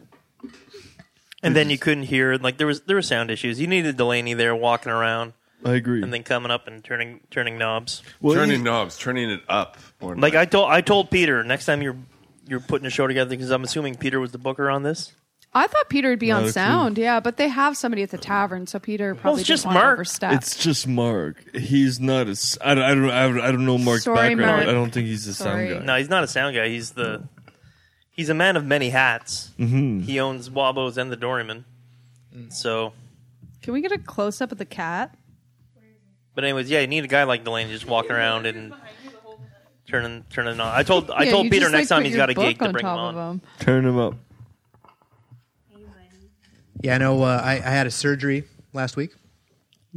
F: and then you couldn't hear like there was there were sound issues. You needed Delaney there walking around
C: I agree.
F: and then coming up and turning turning knobs.
C: Well,
I: turning
C: he-
I: knobs, turning it up. Or
F: Like
I: not.
F: I told I told Peter next time you're you're putting a show together because I'm assuming Peter was the booker on this.
H: I thought Peter would be
C: a
H: on
C: clue.
H: sound, yeah, but they have somebody at the tavern, so Peter probably
F: it's
H: didn't
F: just
H: want to
F: Mark.
H: overstep.
C: It's just Mark. He's not a. s- I don't. I don't. I don't, I don't know Mark's
H: Sorry,
C: background.
H: Mark.
C: I don't think he's a sound
H: Sorry.
C: guy.
F: No, he's not a sound guy. He's the he's a man of many hats. He owns Wabos and the Doryman. So,
H: Can we get a close up of the cat?
F: but anyways, yeah, you need a guy like Delaney just walking around and turning turning on. I told I
H: Yeah,
F: told
H: you
F: Peter
H: just,
F: next
H: like,
F: time
H: put
F: he's
H: your
F: got a
H: book
F: gig to
H: on
F: bring him
H: top
F: on.
H: of him.
C: Turn him up.
D: Yeah, I know. Uh, I, I had a surgery last week.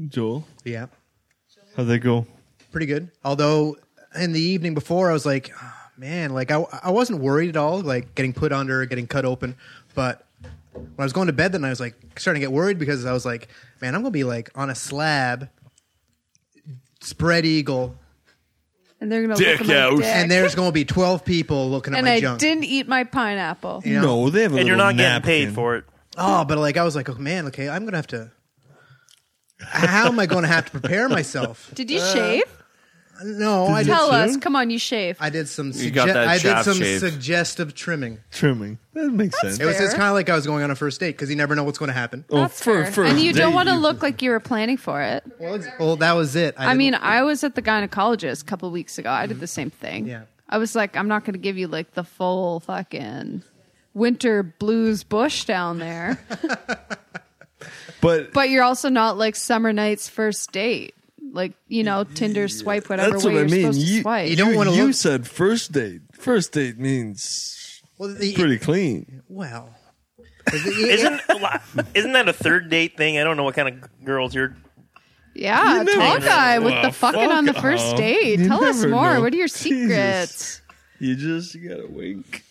C: Joel,
D: Yeah.
C: how'd they go?
D: pretty good. Although in the evening before, I was like, "Ah, man, like I, I wasn't worried at all, like getting put under, getting cut open. But when I was going to bed that night, I was like starting to get worried because I was like, man, I'm gonna be like on a slab, spread eagle,
H: And they're gonna
I: Dick
H: look at
I: out.
H: my dick.
D: and there's gonna be 12 people looking at
H: and
D: my
H: I
D: junk.
H: didn't eat my pineapple.
D: Yeah.
C: No, they have a
F: And you're
C: little
F: not getting paid
C: napkin.
F: for it.
D: Oh, but like I was like, oh man, okay, I'm gonna have to. How am I going to have to prepare myself?
H: Did you shave?
D: No, I Uh, did.
H: Tell
C: you?
H: us. Come on, you shave.
D: I did some.
I: You got
D: sugge-
I: that
D: I did
I: chav
D: some
I: shave.
D: suggestive trimming.
C: trimming. That makes
D: It
C: sense.
D: was
H: Fair.
D: just kind of like I was going on a first date because you never know what's going to happen.
C: Oh,
H: That's
C: fir-
H: fair.
C: first
H: and you don't
C: date,
H: want to
C: you-
H: look like you were planning for it.
D: Well, ex- well, that was it.
H: I
D: didn't- Mm-hmm.
H: mean, I was at the gynecologist a couple weeks ago. I did the same thing.
D: Yeah.
H: I was like, I'm not going to give you like the full fucking winter blues bush down there,
C: But
H: but you're also not like summer night's first date. Like, you know, Tinder swipe whatever
C: that's
H: way
C: what I
H: you're
C: mean.
H: supposed to
C: You,
H: swipe.
D: You don't wanna
C: You
D: look-
C: said first date. First date means
D: well, the,
C: pretty clean.
D: well.
F: Isn't isn't that a third date thing? I don't know what kind of girls you're.
H: yeah,
C: You never
H: tall
C: know.
H: guy with the
C: Well,
H: fucking
C: fuck
H: on the first
C: off.
H: date.
C: You
H: Tell us
C: never
H: more.
C: know.
H: What are your
C: Jesus.
H: secrets?
C: You just you gotta wink.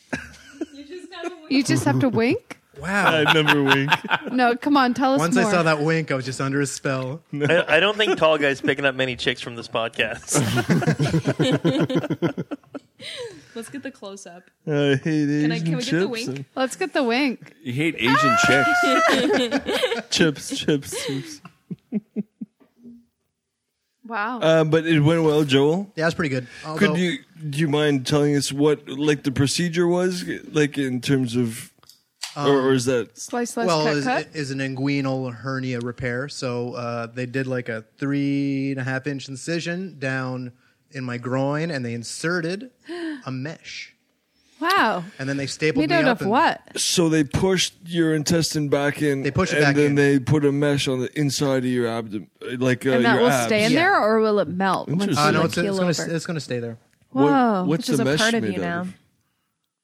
E: You just gotta wait.
H: You just have to wink?
D: Wow.
C: I never wink.
H: No, come on, tell us
D: Once
H: more.
D: I saw that wink, I was just under a spell.
F: I, I don't think tall guys picking up many chicks from this podcast.
G: Let's get the close up.
C: I hate Asian
G: I- can we
C: chips.
G: get the wink?
C: and-
H: Let's get the wink.
I: you hate Asian chicks.
C: Chips, chips, chips.
H: Wow.
C: Uh, but it went well, Joel.
D: Yeah, that's pretty good. Although,
C: Could you do you mind telling us what like the procedure was like in terms of or, or is that
H: slice, slice,
D: well,
H: cut,
D: is,
H: cut.
D: is an inguinal hernia repair. So uh, they did like a three and a half inch incision down in my groin, and they inserted a mesh,
H: wow.
D: and then they stapled
H: Made
D: me
H: out
D: up.
H: of
D: and-
H: what?
C: so they pushed your intestine back in
D: They push it
C: and
D: back
C: then
D: in.
C: they put a mesh on the inside of your abdomen like uh,
F: Oh,
H: and that
C: your
H: will
C: abs.
H: stay in
D: Yeah.
H: there, or will it melt? once
C: Interesting.
H: you,
D: Uh, no,
H: like,
D: it's, it's
H: keel
D: gonna
H: over?
D: it's gonna stay there.
C: What-
H: Whoa,
C: what's
G: Which is
C: the
G: a
C: mesh
G: part of
C: made
G: you now.
C: of?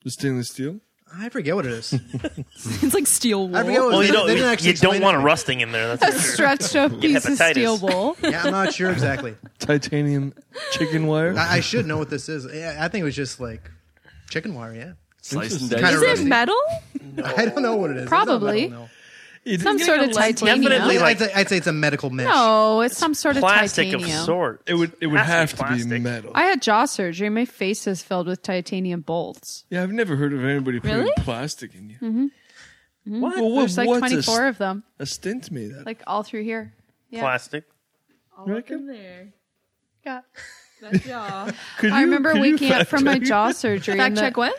C: The stainless steel?
D: I forget what it is.
G: It's like steel
D: I forget what
F: well,
D: it is.
F: Oh, you
D: They-
F: don't
D: they didn't
F: you,
D: actually
F: you don't
D: explain
F: want
D: it.
F: a rusting in there. That's for sure.
H: stretched out piece of
F: hepatitis.
H: steel wool.
D: Yeah, I'm not sure exactly.
C: Titanium chicken wire?
D: I, I should know what this is. Yeah, I think it was just like chicken wire. Yeah,
I: Sliced and
D: Kinda
I: diced.
G: Is it metal?
D: I don't know what it is. It's not
H: Probably.
D: metal, no.
C: It-
H: Some sort of
G: like a leg
H: titanium.
F: Definitely
D: I'd,
F: like-
D: say, I'd say it's a medical mesh.
H: no, it's some sort of
F: plastic of
H: titanium.
F: sort.
C: it would it would
F: Has
C: have
F: to be
C: to be
F: plastic.
C: metal.
H: I had jaw surgery. My face is filled with titanium bolts.
C: yeah, I've never heard of anybody putting
H: Really? Mm-hmm.
C: plastic in you. What?
H: There's like
C: what's
H: 24
C: a,
H: of them,
C: a stint made out of?
H: like all through here. Yeah.
F: Plastic.
C: You reckon?
G: there.
H: Yeah.
G: That's y'all.
C: Could
H: I
C: you-
H: remember
C: could you
H: waking up
C: fact
H: from my
C: check?
H: jaw surgery.
G: Fact
H: and the-
G: check what?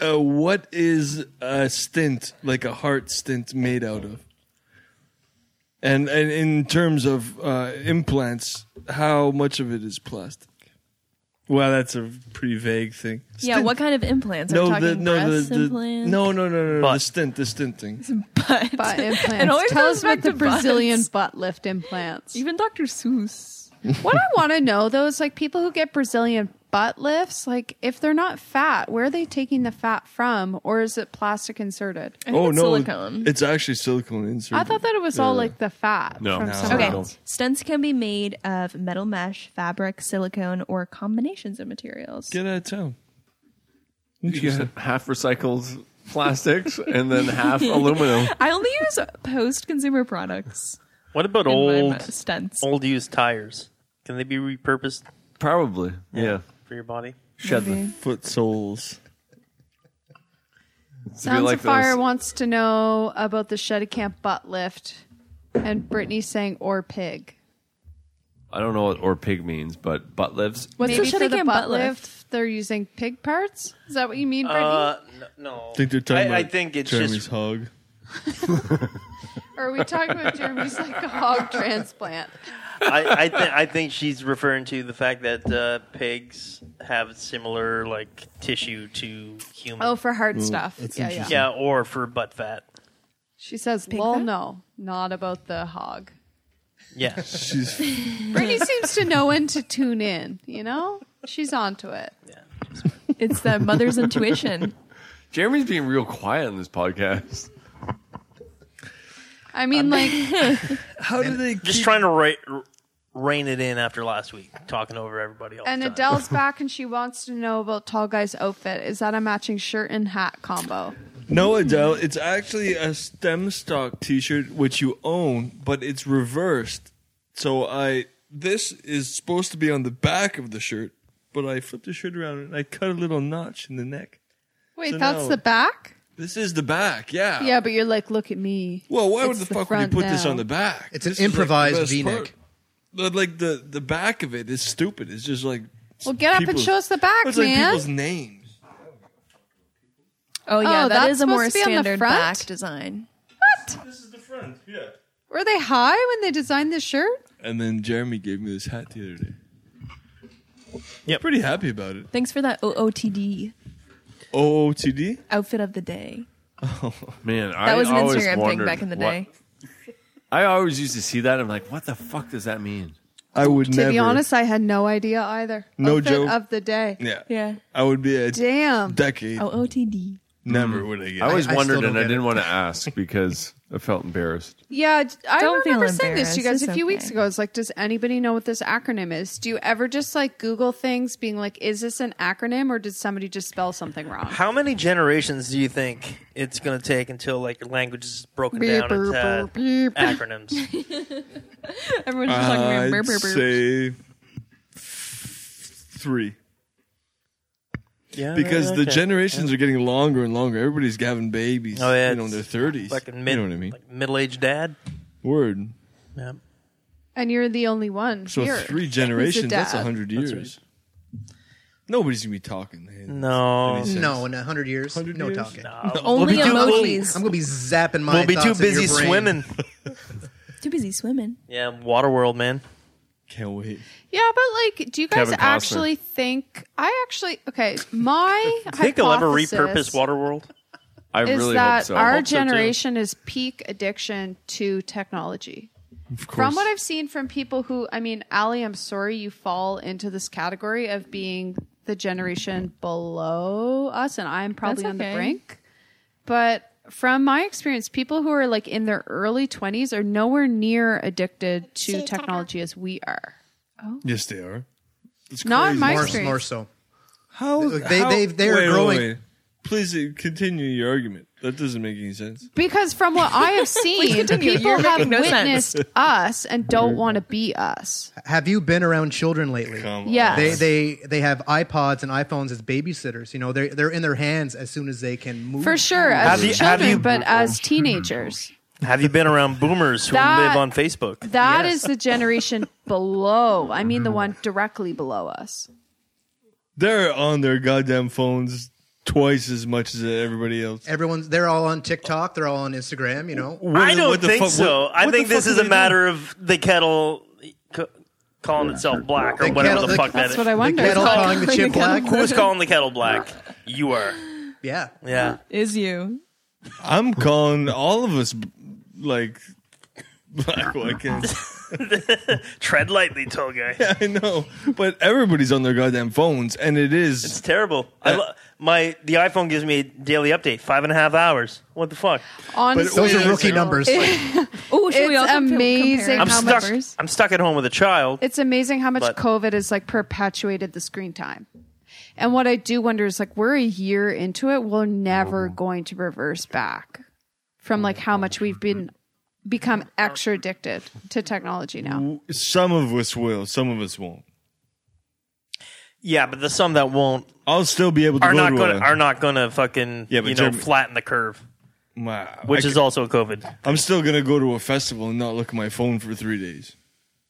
C: uh, what is a stint like a heart stint made out of? And and in terms of uh, implants, how much of it is plastic? Well, that's a pretty vague thing.
G: Yeah,
C: Stint-
G: what kind of implants? Are we
C: No,
G: talking
C: the, no, the,
G: breast
C: the,
G: implants?
C: no, no, no, no, no, the
F: Butt.
C: stint, the stint thing.
G: butt,
H: Butt
G: It always
H: implants. Tell
G: comes
H: us
G: back
H: about the
G: to butts.
H: Brazilian butt lift implants.
G: Even Dr. Seuss.
H: what I want to know though is like people who get Brazilian butt lifts, like if they're not fat, where are they taking the fat from, or is it plastic inserted?
G: I think
C: Oh
G: it's
C: no,
G: silicone.
C: it's actually silicone insert.
H: I thought that it was all like the fat.
I: No.
H: from
I: No.
H: somewhere
G: Okay.
H: else.
G: Stents can be made of metal mesh, fabric, silicone, or combinations of materials.
C: get out of town.
I: Just half recycled plastics and then half aluminum.
G: I only use post-consumer products
F: What about
G: in my
F: old
G: ma- stents.
F: old used tires? Can they be repurposed
I: Probably. Yeah.
F: for your body?
I: Shed them.
C: Foot soles.
I: To be
H: Sounds
I: like
H: of Fire
I: those-
H: wants to know about the Shedda Camp butt lift, and Brittany saying or pig.
I: I don't know what or pig means, but butt lifts.
H: What's
G: the
H: Maybe for
G: Shedda
H: the
G: Camp
H: butt
G: butt lift?
H: lift? They're using pig parts. Is that what you mean, Brittany?
F: Uh, no, no.
C: think they're talking about
F: I, I think it's
C: Jeremy's
F: just
C: hog.
H: or are we talking about Jeremy's like a hog transplant?
F: I, I, th- I think she's referring to the fact that uh, pigs have similar like tissue to humans.
H: Oh, for hard stuff.
C: that's
H: Yeah, yeah.
C: interesting.
F: yeah, or for butt fat.
H: She says, "Lol, no, not about the hog."
F: Yeah,
C: She's
H: Brittany seems to know when to tune in. You know, she's onto it.
G: It's the mother's intuition.
I: Jeremy's being real quiet on this podcast.
H: I mean, like,
C: how do they
F: just
C: keep
F: trying to re- re- rein it in after last week, talking over everybody. All
H: and
F: the time.
H: Adele's back, and she wants to know about Tall Guy's outfit. Is that a matching shirt and hat combo?
C: No, Adele, it's actually a stem stock T-shirt which you own, but it's reversed. So I this is supposed to be on the back of the shirt, but I flipped the shirt around and I cut a little notch in the neck.
H: Wait,
C: So
H: that's
C: no.
H: the back.
C: This is the back, yeah.
H: Yeah, but you're like, look at me.
C: Well, why would
H: It's
C: the,
H: the
C: fuck would you
H: front
C: put this
H: now.
C: on the back?
D: It's an
C: This is, like, the
D: improvised
C: best
D: V-neck.
C: part. But, Like the the back of it is stupid. It's just like
H: Well, get up and
C: people's-
H: show us the back,
C: It's like
H: man.
C: people's names.
G: Oh yeah,
H: Oh,
G: that
H: that's
G: is a more
H: supposed to be on the
G: standard
H: front?
G: back design.
H: what?
C: This is the front, yeah.
H: Were they high when they designed this shirt?
C: And then Jeremy gave me this hat the other day. Yeah, pretty happy about it.
G: Thanks for that OOTD
C: OOTD.
G: outfit of the day.
I: Man, I
G: That was an
I: always
G: Instagram thing
I: wondered
G: back in the
I: what-
G: day.
I: I always used to see that. I'm like, what the fuck does that mean?
C: I would
H: To
C: never.
H: be honest, I had no idea either.
C: No
H: Outfit
C: joke.
H: of the day.
C: yeah,
G: Yeah.
C: I would be a
H: Damn.
C: decade.
G: OOTD.
C: Never would I get.
I: I always
D: I still
I: wondered,
D: don't
I: and I
D: get it.
I: didn't want to ask because I felt embarrassed.
H: Yeah, d- I
G: Don't feel
H: remember saying this to you guys
G: embarrassed.
H: a
G: It's
H: few weeks
G: okay.
H: ago. It's like, does anybody know what this acronym is? Do you ever just like Google things, being like, is this an acronym or did somebody just spell something wrong?
F: how many generations do you think it's going to take until like your language is broken
H: Beep,
F: down into
H: burp, burp, beep.
F: acronyms?
G: Everyone's just talking about
C: I'd
G: burp, burp, burp.
C: say three
F: yeah,
C: because the
F: okay.
C: generations are getting longer and longer. Everybody's having babies.
F: Oh, yeah,
C: you know, in
F: it's
C: their thirties.
F: fucking mid,
C: you know what I mean?
F: like middle-aged dad.
C: Word.
F: Yeah.
H: And you're the only one
C: So
H: here.
C: three generations. That's
H: dad.
C: a hundred years. Nobody's gonna be talking. man.
F: No.
C: Any sense.
D: No, in a hundred years, no talking.
F: we'll
G: Only
F: be too,
G: emojis.
D: I'm gonna be zapping my.
F: we'll be too
D: thoughts in your
F: busy
D: brain.
F: swimming.
G: Too busy swimming.
F: Yeah, Waterworld, man.
C: Can't wait.
H: Yeah, but like, do you guys
I: Kevin Costner.
H: actually think? I actually okay. My
F: I think they'll ever repurpose
H: hypothesis
F: Waterworld.
I: I
H: Is
I: really
H: that
I: hope so.
H: our
F: hope so, too.
H: generation is peak addiction to technology?
C: Of course.
H: From what I've seen from people who, I mean, Ali, I'm sorry you fall into this category of being the generation below us, and I'm probably
G: That's
H: on the
G: okay.
H: brink. But from my experience, people who are like in their early 20s are nowhere near addicted to technology as we are.
C: yes, they are. It's
H: Not
C: crazy.
H: my
D: More,
H: experience.
D: more so.
C: How
D: Like, they-
C: how-
D: they- they are
C: wait, wait,
D: growing-
C: wait. Please uh, continue your argument. That doesn't make any sense.
H: Because from what I have seen,
G: continue.
H: people
G: You're
H: have
G: making no
H: witnessed us and don't want to be us.
D: Have you been around children lately?
C: Come
H: Yes.
D: They they they have iPods and iPhones as babysitters. You know, they they're in their hands as soon as they can move.
H: For sure, as
F: Have you- have
H: children,
F: you-
H: but as teenagers.
F: Have you been around boomers who
H: That-
F: live on Facebook?
H: That is the generation below. I mean, the one directly below us.
C: They're on their goddamn phones twice as much as everybody else.
D: Everyone's they're all on TikTok, they're all on Instagram, you know.
C: What
F: I
C: the-
F: don't
C: what the
F: think
C: fuck-
F: so.
C: what-
F: I
C: what the
F: think this
C: fuck
F: is
C: are
F: a
C: they
F: matter of the kettle c- calling itself black or
D: The
F: whatever
D: kettle-
F: the
D: the-
F: fuck that
H: That's
F: is.
H: what I
D: The
H: wonder.
D: kettle
H: It's
D: calling the chip black.
F: Who's calling the kettle black? You are.
D: Yeah.
F: Yeah.
G: Is you.
C: doing? I'm calling all of us like black. I can't.
F: Tread lightly, tall guy.
C: I know, but everybody's on their goddamn phones, and it is.
F: It's terrible. I lo- my the iPhone gives me a daily update, five and a half hours. What the fuck?
H: Honestly,
D: Those are rookie numbers.
G: Oh, should we
H: It's
G: all compa-
H: amazing
G: compare?
F: I'm
H: how
F: stuck.
H: numbers?
F: I'm stuck at home with a child.
H: It's amazing how much
F: But-
H: COVID has like perpetuated the screen time. And what I do wonder is like we're a year into it, we're never going to reverse back from like how much we've been become extra addicted to technology now.
C: Some of us will, some of us won't.
F: yeah, but the some that won't
C: I'll still be able to
F: are
C: go
F: not
C: to
F: going
C: a-
F: to are not going to fucking
C: Yeah, but
F: you know
C: Jeremy-
F: flatten the curve,
C: Wow.
F: which
C: I
F: is
C: ca-
F: also COVID.
C: I'm still gonna go to a festival and not look at my phone for three days.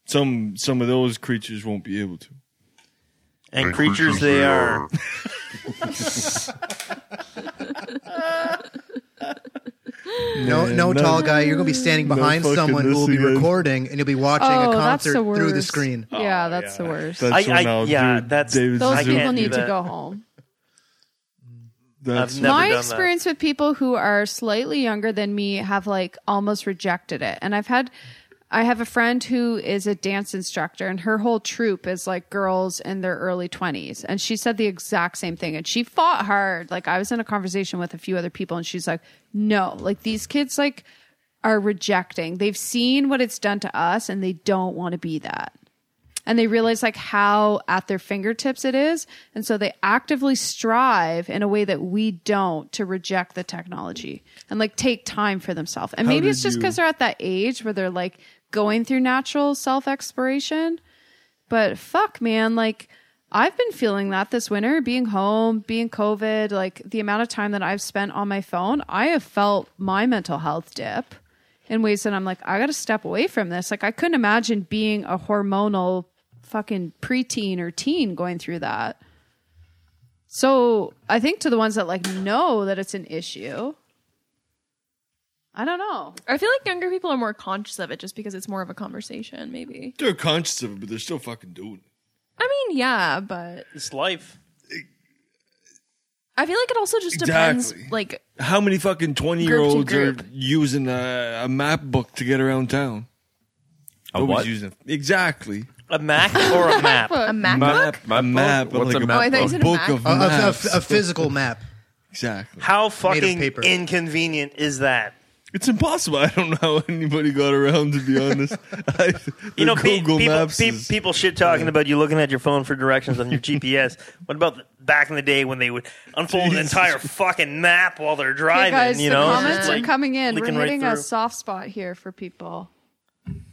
C: Some some of those creatures won't be able to.
F: And, creatures, they are.
D: No, no,
C: no.
D: tall guy. You're gonna be standing behind
C: fucking
D: someone who will be
C: listening.
D: recording, and you'll be watching
H: Oh,
D: a
H: that's
D: concert
H: the worst.
D: through the screen.
H: yeah, that's the worst.
C: That's
F: I-
C: when
F: I-
C: I'll
F: yeah,
C: do
F: that's-
C: David
H: Those
F: I
C: Zoom.
F: can't
H: people
F: do
H: need to
F: that.
H: go home.
C: That's
F: I've never
H: my
F: done that.
H: experience with people who are slightly younger than me have like almost rejected it and i've had i have a friend who is a dance instructor and her whole troupe is like girls in their early 20s and she said the exact same thing and she fought hard like i was in a conversation with a few other people and she's like no like these kids like are rejecting they've seen what it's done to us and they don't want to be that and they realize like how at their fingertips it is and so they actively strive in a way that we don't to reject the technology and like take time for themselves and maybe it's
C: did
H: just
C: you-
H: because they're at that age where they're like going through natural self-exploration but fuck man like i've been feeling that this winter being home being covid like the amount of time that i've spent on my phone i have felt my mental health dip in ways that i'm like i gotta step away from this like i couldn't imagine being a hormonal fucking preteen or teen going through that so i think to the ones that like know that it's an issue i don't know
G: I feel like younger people are more conscious of it just because it's more of a conversation, maybe.
C: They're conscious of it, but they're still fucking doing it.
G: I mean, yeah, but
F: It's life.
G: I feel like it also just
C: Exactly.
G: depends. Like,
C: How many fucking twenty year olds are
G: group.
C: using a, a map book to get around town?
I: A
C: Nobody's
I: what?
C: using exactly
F: A Mac or a map.
G: a MacBook?
C: a map.
I: What's
C: like
I: a map
G: Oh, I thought you
C: a
G: said a
C: book
G: map.
C: of
D: A, a-
C: maps.
D: a- a physical map.
C: exactly.
F: How
D: of
F: fucking
D: paper.
F: inconvenient is that?
C: It's impossible. I don't know how anybody got around to be honest. I,
F: You know, pe-
C: Google
F: people,
C: Maps.
F: pe-
C: is-
F: people shit talking about you looking at your phone for directions on your GPS. What about the, back in the day when they would unfold an
C: Jesus.
F: entire fucking map while they're driving?
H: Hey guys,
F: you
H: the
F: know, It's
H: comments
F: just
H: are
F: like
H: coming in. We're
F: looking right
H: hitting a
F: through.
H: soft spot here for people.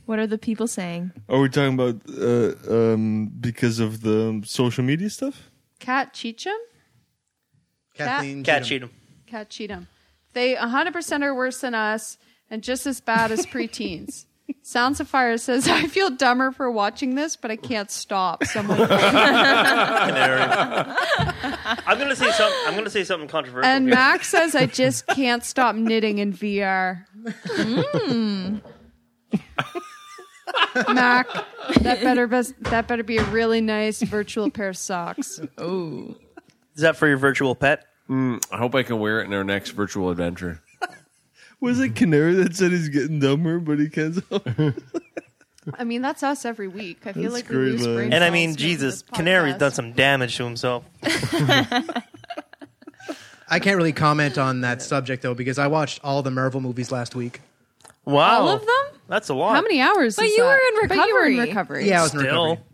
G: what are the people saying?
C: Are we talking about uh, um, because of the social media stuff?
H: Cat Cheecham?
D: Kathleen
F: Cat
D: Cheatham.
F: cheat 'em.
H: Cat Cheatham. They 100% are worse than us and just as bad as preteens. Sounds of Fire says, I feel dumber for watching this, but I can't stop. Someone
F: I'm gonna say something. I'm gonna say something controversial.
H: and
F: here.
H: Max says, I just can't stop knitting in VR. Mac, that better bes- that better be a really nice virtual pair of socks.
F: is that for your virtual pet?
I: I hope I can wear it in our next virtual adventure.
C: Was it Canary that said he's getting dumber, but he can't?
H: I mean, that's us every week. I feel
C: That's
H: like we
C: great,
H: lose
C: man.
H: brain
F: And I
H: cells
F: mean,
H: making
F: Jesus,
H: this
F: Canary's
H: podcast.
F: done some damage to himself.
D: I can't really comment on that subject though because I watched all the Marvel movies last week.
F: Wow,
H: All of them?
F: That's a lot.
H: How many hours?
G: But
H: is
G: you
H: that?
G: were in
H: But you were in
G: recovery.
H: recovery.
D: Yeah, I was in
F: Still,
D: recovery.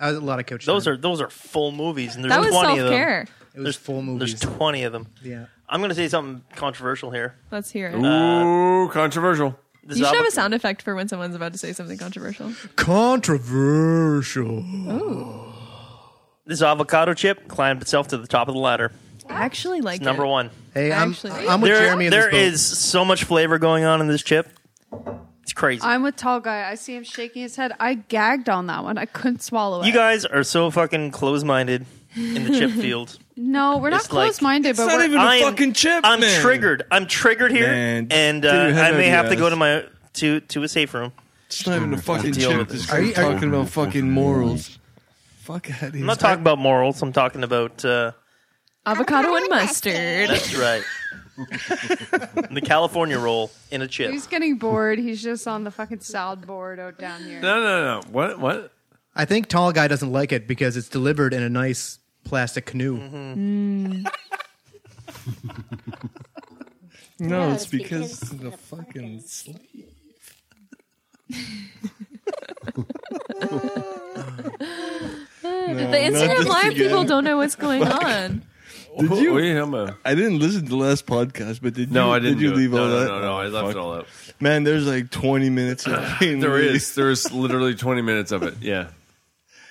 D: I was a lot of coach.
F: those
D: time.
F: are those are full movies, and there's
G: That was
F: twenty
G: self
F: of them.
G: care.
D: it was full movies.
F: There's twenty of them.
D: yeah.
F: I'm gonna say something controversial here.
G: Let's hear it.
I: Ooh, controversial.
F: This
G: you
F: is
G: should have
F: Alba-
G: a sound effect for when someone's about to say something controversial.
D: Controversial.
F: This avocado chip climbed itself to the top of the ladder.
G: I actually like
F: It's number
G: it.
F: one.
D: Hey, I'm,
G: Actually-
D: I'm with
F: There,
D: Jeremy in
F: there
D: this boat.
F: is so much flavor going on in this chip. It's crazy.
H: I'm with tall guy. I see him shaking his head. I gagged on that one. I couldn't swallow it.
F: you guys are so fucking close-minded in the chip field.
H: no, we're not
F: It's like-
H: close minded, but
C: not
H: we're,
C: even- a fucking chip,
F: I'm
C: man.
F: triggered. I'm triggered here,
C: Man,
F: and uh,
C: get your head
F: I
C: out
F: may
C: of
F: have
C: your
F: to go
C: ass.
F: to my to to a safe room.
C: It's not even a fucking
F: deal
C: chip.
F: with
C: This
F: this.
C: guy
D: Are you- are-
C: talking about fucking morals. Fuck out of here.
F: I'm not talking about morals. I'm talking about uh,
G: Avocado and mustard.
F: that's right. the California roll in a chip.
H: he's getting bored. He's just on the fucking salad board out down here.
I: No, no, no. What? What?
D: I think tall guy doesn't like it because it's delivered in a nice plastic canoe.
C: No, it's
E: it's because
C: because the fucking slave.
G: The Instagram
C: this
G: live
C: again.
G: people don't know what's going on.
I: Did
C: you-
I: you?
C: I didn't listen to the last podcast, but did you?
I: No, I didn't.
C: Did you
I: do
C: leave
I: it.
C: all
I: no,
C: that?
I: No, no, no. I left it all out.
C: Man, there's like 20 minutes. Of
I: There is. There is literally 20 minutes of it. Yeah.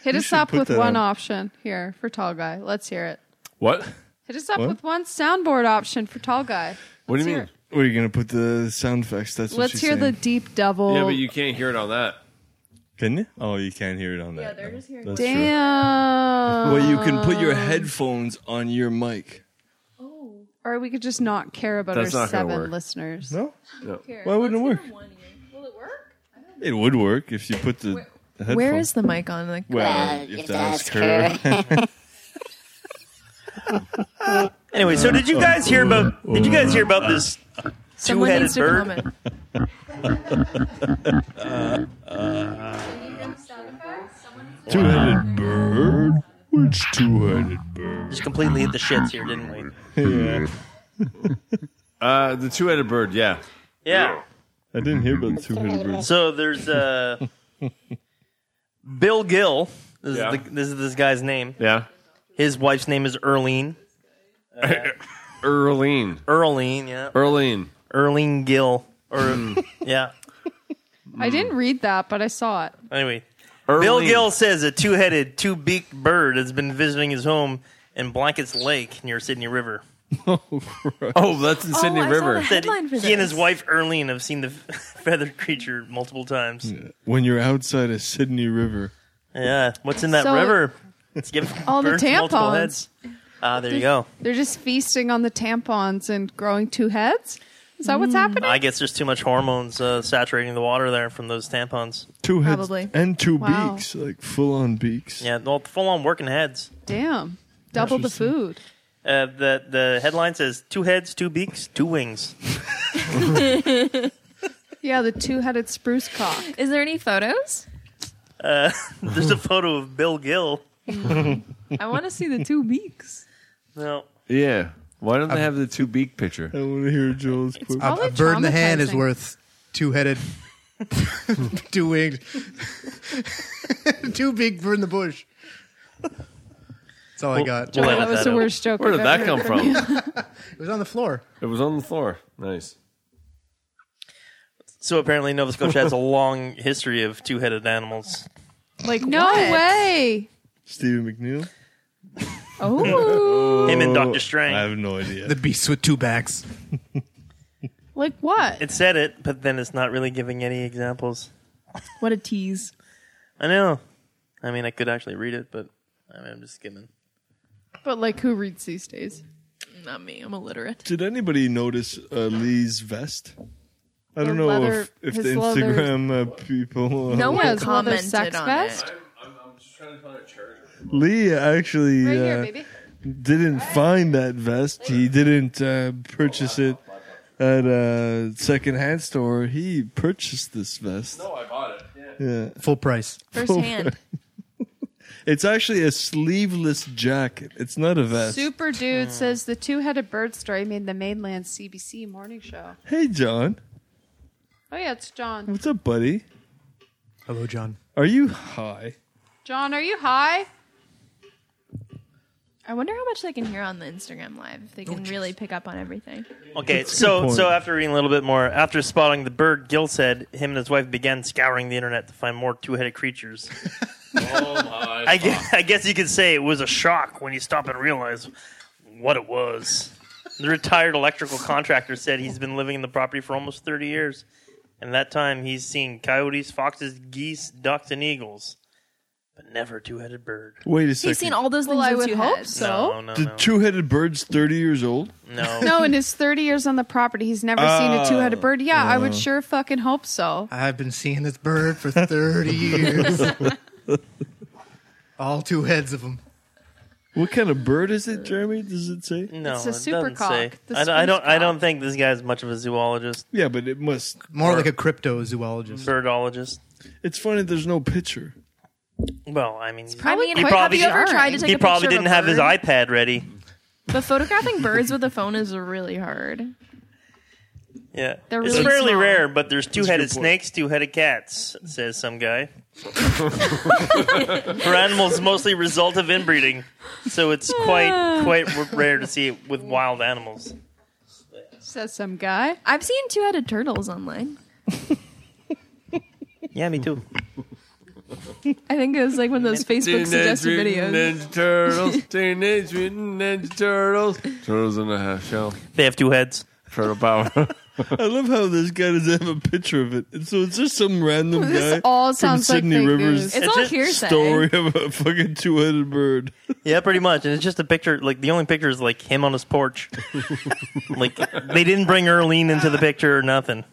H: Hit us
C: should
H: up
C: put
H: with
C: that
H: one
C: on.
H: option here for tall guy. Let's hear it.
I: What?
H: Hit us up
C: What?
H: with one soundboard option for tall guy.
I: What do
H: Let's
I: you
H: hear
I: mean?
H: it.
C: What are you gonna put the sound effects? That's
H: Let's
C: what
H: hear
C: she's
H: the
C: saying.
H: deep double.
I: Yeah, but you can't hear it on that.
C: Can you? Oh, you can't hear it on that.
G: they're just hearing-
C: That's true.
H: Damn.
C: Well, you can put your headphones on your mic.
H: or we could just not care about
I: That's
H: our
I: not gonna
H: seven
I: work.
H: listeners.
C: No,
G: Here,
C: why wouldn't it work?
G: will it work?
C: It would work if you put the. headphones.
G: Where is the mic on? Like, uh,
C: Well, if that's her.
F: Anyway, so did you guys hear about? Did you guys hear about this
G: someone
F: two-headed
G: needs to
F: bird?
G: comment.
C: Two-headed bird. Which two-headed bird?
F: Just completely hit the shits here, didn't we?
C: Yeah,
I: Uh, the two-headed bird. Yeah.
F: Yeah.
C: I didn't
F: Mm-hmm.
C: hear about the two-headed bird.
F: So there's uh, Bill Gill. This,
I: Yeah.
F: is the, this is this guy's name.
I: Yeah.
F: His wife's name is Earlene.
I: Earline.
F: Earlene, yeah.
I: Earline.
F: Earlene Gill. Or yeah.
H: I didn't read that, but I saw it.
F: Anyway,
I: Earline.
F: Bill Gill says a two-headed, two-beaked bird has been visiting his home in Blankets Lake near Sydney River.
I: Oh, that's in Sydney
G: I saw
I: River.
G: that.
F: Said
G: Headline for
F: he and his
G: this.
F: wife Earlene have seen the feathered creature multiple times. Yeah,
C: When you're outside of Sydney River,
F: what's in that
H: So-
F: river? It's giving
H: All the
F: birds multiple
H: tampons.
F: heads. Ah, there you go.
H: They're just feasting on the tampons and growing two heads. Is that
C: Hmm.
H: what's happening?
F: I guess there's too much hormones uh, saturating the water there from those tampons.
C: two heads
G: Probably.
C: and two
H: Wow.
C: beaks, like full-on beaks.
F: Yeah, well, full-on working heads.
H: Damn. Double the food.
F: Uh, the the headline says two heads, two beaks, two wings.
H: Yeah, the two headed spruce cock.
G: Is there any photos?
F: Uh, There's a photo of Bill Gill.
G: I want to see the two beaks.
F: No,
I: Yeah. Why don't they have the two-beak picture?
C: I want to hear Joel's. quote.
H: It's probably
D: a bird in the hand is
H: traumatizing.
D: worth two headed, two winged, two big bird in the bush. That's all I got.
F: we'll
H: Oh,
F: edit
H: that was the
F: out.
H: worst joke.
I: Where
H: I've
I: did that
H: ever
I: come
H: heard.
I: from?
D: It was on the floor.
I: It was on the floor. Nice.
F: So apparently, Nova Scotia has a long history of two-headed animals.
G: Like,
H: No way.
C: Stephen McNeil.
H: Oh.
F: Him and Doctor
C: I
F: Strange.
C: have no idea.
D: The beast with two backs.
H: like what?
F: It said it, but then it's not really giving any examples.
G: What a tease.
F: I know. I mean, I could actually read it, but I mean, I'm just skimming.
H: But like who reads these days?
G: Not me. I'm illiterate.
C: Did anybody notice uh, Lee's vest? I don't
H: The
C: know
H: leather-
C: if, if
H: his
C: the
H: leather-
C: Instagram uh, people. Uh,
G: No one
H: it's leather
G: commented
H: sex
G: on
H: vest?
G: it.
C: Lee actually
H: Right
C: uh,
H: here, baby.
C: didn't find that vest. He didn't uh, purchase it at a secondhand store. He purchased this vest.
I: Oh, I bought it. Yeah.
C: Yeah.
D: Full price.
G: First hand.
C: It's actually a sleeveless jacket. It's not a vest.
H: Super Dude says the two headed bird story made the mainland CBC morning show.
C: Hey, John.
H: Oh, yeah, it's John.
C: What's up, buddy?
D: Hello, John.
C: Are you high?
H: John, are you high?
G: I wonder how much they can hear on the Instagram live if they can really pick up on everything.
F: Okay,
C: a good
F: so
C: point.
F: so after reading a little bit more, after spotting the bird, Gill said him and his wife began scouring the internet to find more two-headed creatures.
I: Oh my.
F: I guess, I guess you could say it was a shock when you stop and realize what it was. The retired electrical contractor said he's been living in the property for almost 30 years and that time he's seen coyotes, foxes, geese, ducks, and eagles, but never two-headed bird.
C: Wait a second.
G: He's seen all those
H: Well,
G: things
H: I
G: with
H: would
G: two
H: hope
G: heads.
H: so.
F: no, no,
C: the
F: no,
C: two-headed bird's thirty years old.
F: no.
H: No, in his 30 years on the property, he's never seen a
C: Oh.
H: two-headed bird. Yeah, I would sure fucking hope so.
D: I've been seeing this bird for 30 years. All two heads of them.
C: What kind of bird is it, Jeremy? Does it say?
F: No,
H: It's a
F: it doesn't
H: supercock,
F: say.
H: the
F: I, don't- I don't.
H: spruce
F: I
H: cock.
F: don't think this guy's much of a zoologist,
C: Yeah, but it must.
D: More like a cryptozoologist.
F: birdologist.
C: It's funny. There's no picture.
F: Well, I mean,
G: I mean,
H: He
G: have
F: probably
G: you ever
H: didn't.
G: tried to take
F: he
G: a picture
F: probably
G: of a
F: didn't have his
G: bird?
F: iPad ready.
G: But photographing birds with a phone is really hard.
F: Yeah,
G: They're
F: it's
G: really
F: fairly
G: small.
F: rare, but there's two-headed snakes, two-headed cats, says some guy. For animals, mostly result of inbreeding, so it's quite quite r- rare to see it with wild animals.
H: Says some guy.
G: I've seen two-headed turtles online.
F: Yeah, me too.
G: I think it was like one of those Facebook suggested videos.
I: Ninja Turtles, Teenage Mutant Ninja Turtles, Turtles in a Half Shell,
F: They have two heads.
I: Turtle Power.
C: I love how this guy doesn't have a picture of it. And so it's just some random
H: This
C: guy
H: all
C: from
H: sounds like
C: Sydney
H: fake
C: Rivers.
G: It's
F: It's
G: all
F: a
G: hearsay.
C: Story of a fucking two-headed bird.
F: Yeah, pretty much. And it's just a picture. Like the only picture is like him on his porch. like they didn't bring Erlene into the picture or nothing.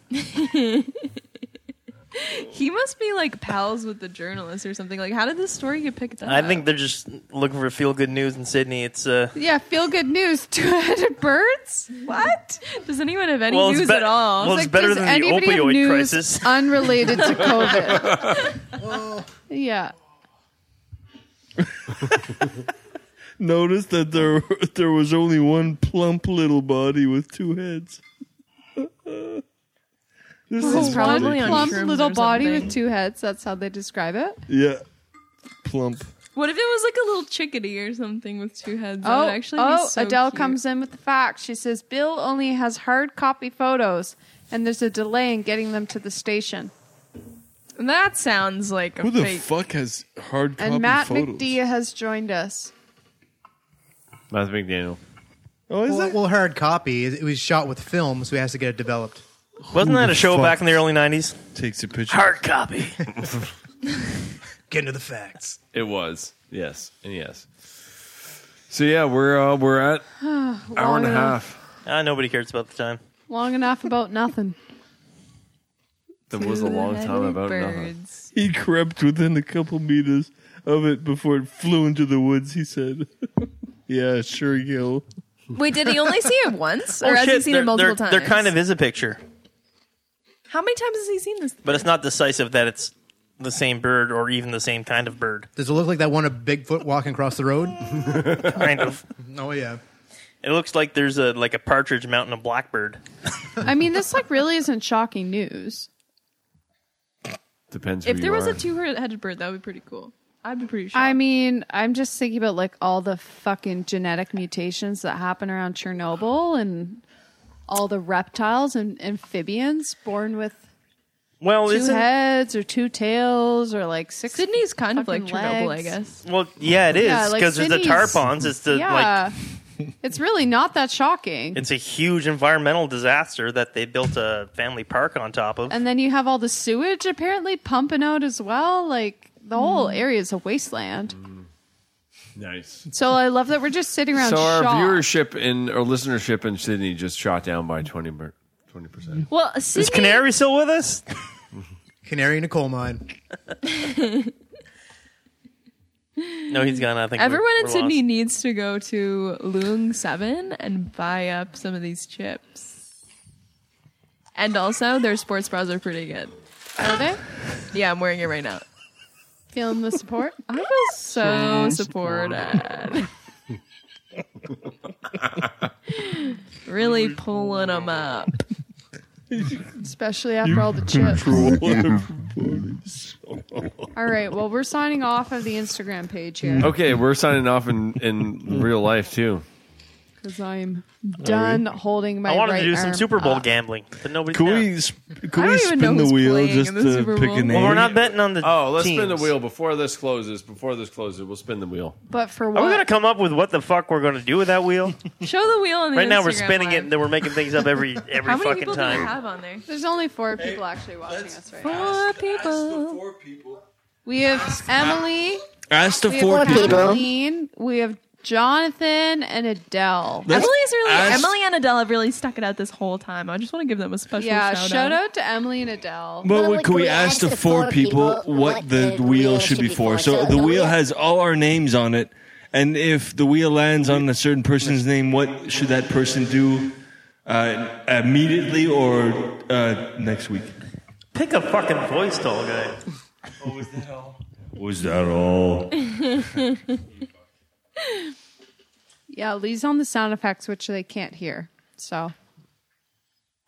G: He must be like pals with the journalist or something. Like, how did this story get picked up?
F: I think they're just looking for feel good news in Sydney. It's uh,
H: Yeah, feel good news. Two-headed birds? What?
G: Does anyone have any
F: Well, it's
G: news
F: be-
G: at all?
F: well,
G: It's
F: it's
G: like,
F: better
H: does
F: than the
H: anybody have
F: opioid
H: news
F: crisis.
H: unrelated to COVID. yeah.
C: Notice that there there was only one plump little body with two heads. this is
G: probably
C: ridiculous.
G: on
H: Plump
G: shrooms
H: little
G: or
H: body
G: something.
H: with two heads. That's how they describe it.
C: yeah, plump.
G: what if it was like a little chickadee or something with two heads? That
H: Oh,
G: would actually
H: oh
G: be so
H: Adele
G: cute.
H: comes in with the facts. She says Bill only has hard copy photos, and there's a delay in getting them to the station.
G: That sounds like a
C: Who the
G: fake.
C: fuck has hard copy
H: And Matt
C: photos?
H: McDia has joined us.
I: That's McDaniel.
C: oh, is
D: Well,
C: it?
D: well, hard copy. It was shot with film, so he has to get it developed.
F: wasn't that a show
C: fuck?
F: back in the early '90s?
C: Takes a picture.
F: Hard copy.
D: Get into the facts.
I: It was yes and yes. So yeah, we're uh, we're at hour and a half.
F: Ah, nobody cares about the time.
H: Long enough about nothing.
I: That was a long time
G: Two-headed
I: about nothing.
G: birds.
C: He crept within a couple meters of it before it flew into the woods. He said, "Yeah, sure, Gil."
G: Wait, did he only see it once, or
F: oh
G: has
F: shit!
G: he seen
F: there,
G: it
F: there-
G: multiple times?
F: there kind of is a picture,
G: How many times has he seen this?
F: but it's not decisive that it's the same bird or even the same kind of bird.
D: Does it look like that one of Bigfoot walking across the road?
F: Kind of.
D: Oh, yeah.
F: It looks like there's a like a partridge mounting a blackbird.
H: I mean, this like really isn't shocking news.
I: Depends.
G: If
I: who
G: there
I: you
G: was
I: are.
G: a two-headed bird, that would be pretty cool. I'd be pretty sure.
H: I mean, I'm just thinking about like all the fucking genetic mutations that happen around Chernobyl and all the reptiles and amphibians born with
F: Well,
H: two
F: isn't
H: heads or two tails or like six.
G: Sydney's kind of like
H: fucking
G: Chernobyl, I
H: legs.
G: guess.
F: well, yeah, it is
H: Yeah,
F: because
H: like
F: there's the tar
H: Sydney's-
F: ponds. It's the like
H: Yeah, it's really not that shocking.
F: it's a huge environmental disaster that they built a family park on top of.
H: and then you have all the sewage apparently pumping out as well. Like the whole area is a wasteland.
I: nice.
H: So I love that we're just sitting around.
I: So our
H: shocked.
I: viewership in or listenership in Sydney just shot down by twenty percent.
G: Well,
F: is Canary still with us?
D: Canary in a coal mine.
F: No, he's gone. I think we're-
G: Everyone in
F: we're
G: Sydney
F: lost.
G: needs to go to Loong 7 and buy up some of these chips. And also, their sports bras are pretty good.
H: Are they
G: Yeah, I'm wearing it right now.
H: feeling the support?
G: I feel so supported. really pulling them up.
H: Especially after all the chips. all right. Well, we're signing
I: Mm.
H: off of the Instagram page here.
I: Okay, we're signing off in in real life too.
H: because I'm done holding my.
F: I wanted
H: right
F: to do some
H: arm
F: Super Bowl
H: up.
F: gambling, but nobody.
C: Can
F: yeah.
C: we sp- can
H: I
C: we
H: don't even know
C: spin the
H: who's
C: wheel
H: playing
C: just
H: in the
C: to
H: Super
C: pick
H: Bowl.
C: a name?
F: Well, we're not betting on the.
I: Oh, let's spin the
F: teams.
I: wheel before this closes. Before this closes, we'll spin the wheel.
H: But for
F: Are
H: what?
F: we gonna come up with what the fuck we're gonna do with that wheel?
G: Show the wheel on the
F: right now,
G: Instagram
F: we're spinning it
G: live.
F: and then we're making things up every every
G: How many
F: fucking
G: people do we
F: time.
G: have on there?
H: There's only four people actually watching us right now.
G: Four people.
H: We have Emily,
C: Ask the
H: we
C: four
H: have
C: people.
H: Kathleen, we have Jonathan and Adele.
C: That's-
G: Emily's really
C: ask-
G: Emily and Adele have really stuck it out this whole time. I just want to give them a special
H: yeah,
G: shout,
H: shout out to Emily and Adele.
C: But wait, can we ask the four people what the wheel should be for? So the wheel has all our names on it, and if the wheel lands on a certain person's name, what should that person do uh, immediately or uh, next week?
F: Pick a fucking voice, tall guy.
C: Was that all?
H: Yeah, Lee's on the sound effects, which they can't hear. So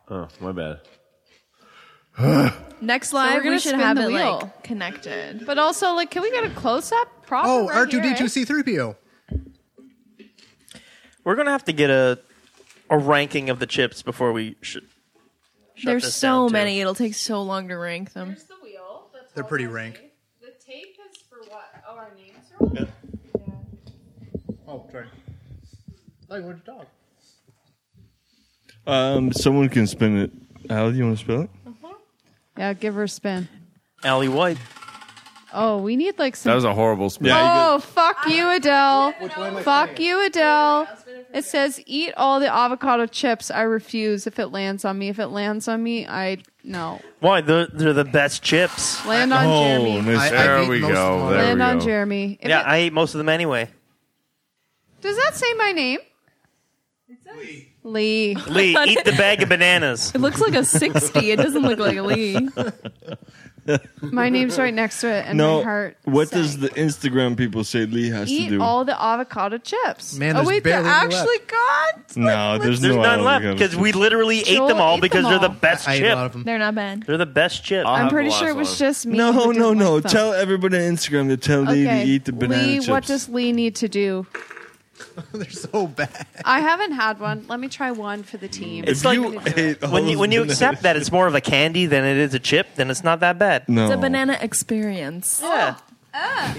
I: Oh, my bad.
G: Next
H: we're
G: live,
H: gonna
G: we should
H: spin
G: have
H: the
G: it
H: wheel.
G: like connected.
H: But also, like, can we get a close up?
D: Oh, R two D two C three PO.
F: We're gonna have to get a a ranking of the chips before we should. shut
G: There's
F: this
G: so
F: down, too.
G: many; it'll take so long to rank them.
E: Here's the wheel. That's
D: They're
E: all
D: pretty
E: our
D: rank.
E: name- The tape is for what? Oh, our names are on it? Yeah.
D: Oh, sorry. Like where's your dog?
C: Um, someone can spin it. Al, do you want to spell it?
H: Yeah, give her a spin.
F: Allie White.
H: Oh, we need like some.
I: That was a horrible spin.
H: oh, fuck you, Adele. Fuck you, Adele. It says, eat all the avocado chips. I refuse if it lands on me. If it lands on me, I. No.
F: Why? They're, they're the best chips.
H: Land on
C: Oh,
H: Jeremy.
C: Miss
D: I- I-
I: there
D: beat
I: we
D: most of
I: go.
D: them.
I: Oh, There
H: Land
I: we
H: on
I: go.
H: Jeremy. If
F: Yeah,
H: it-
F: I ate most of them anyway.
H: does that say my name? Lee.
F: Lee, eat the bag of bananas.
G: It looks like a sixty. it doesn't look like a Lee.
H: My name's right next to it, and my
C: No.
H: heart.
C: What
H: sank.
C: does the Instagram people say Lee has to
H: eat
C: do?
H: all the avocado chips?
D: Man,
H: oh
D: there's
H: wait, they're
D: barely any
H: actually gone.
C: no, there's,
F: There's
C: no
F: none left
C: avocado
F: because we
C: chips.
F: literally
H: Joel,
F: ate them
H: eat
F: all
H: them
F: because they're the
H: all.
F: best
D: I ate a lot
F: chip.
D: of them.
G: They're not bad.
F: They're the best chip.
I: I'll
H: I'm
I: have the
H: pretty
I: last
H: sure it was
I: one.
H: just me.
C: No,
H: who
C: no,
H: didn't
C: no.
H: like them.
C: Tell everybody on Instagram to tell Lee
H: Okay.
C: to eat the banana
H: Lee,
C: chips.
H: what does Lee need to do?
D: They're so bad.
H: I haven't had one. Let me try one for the team.
F: It's like when you when you accept that it's more of a candy than it is a chip, then it's not that bad.
C: no.
G: It's a banana experience.
F: Yeah.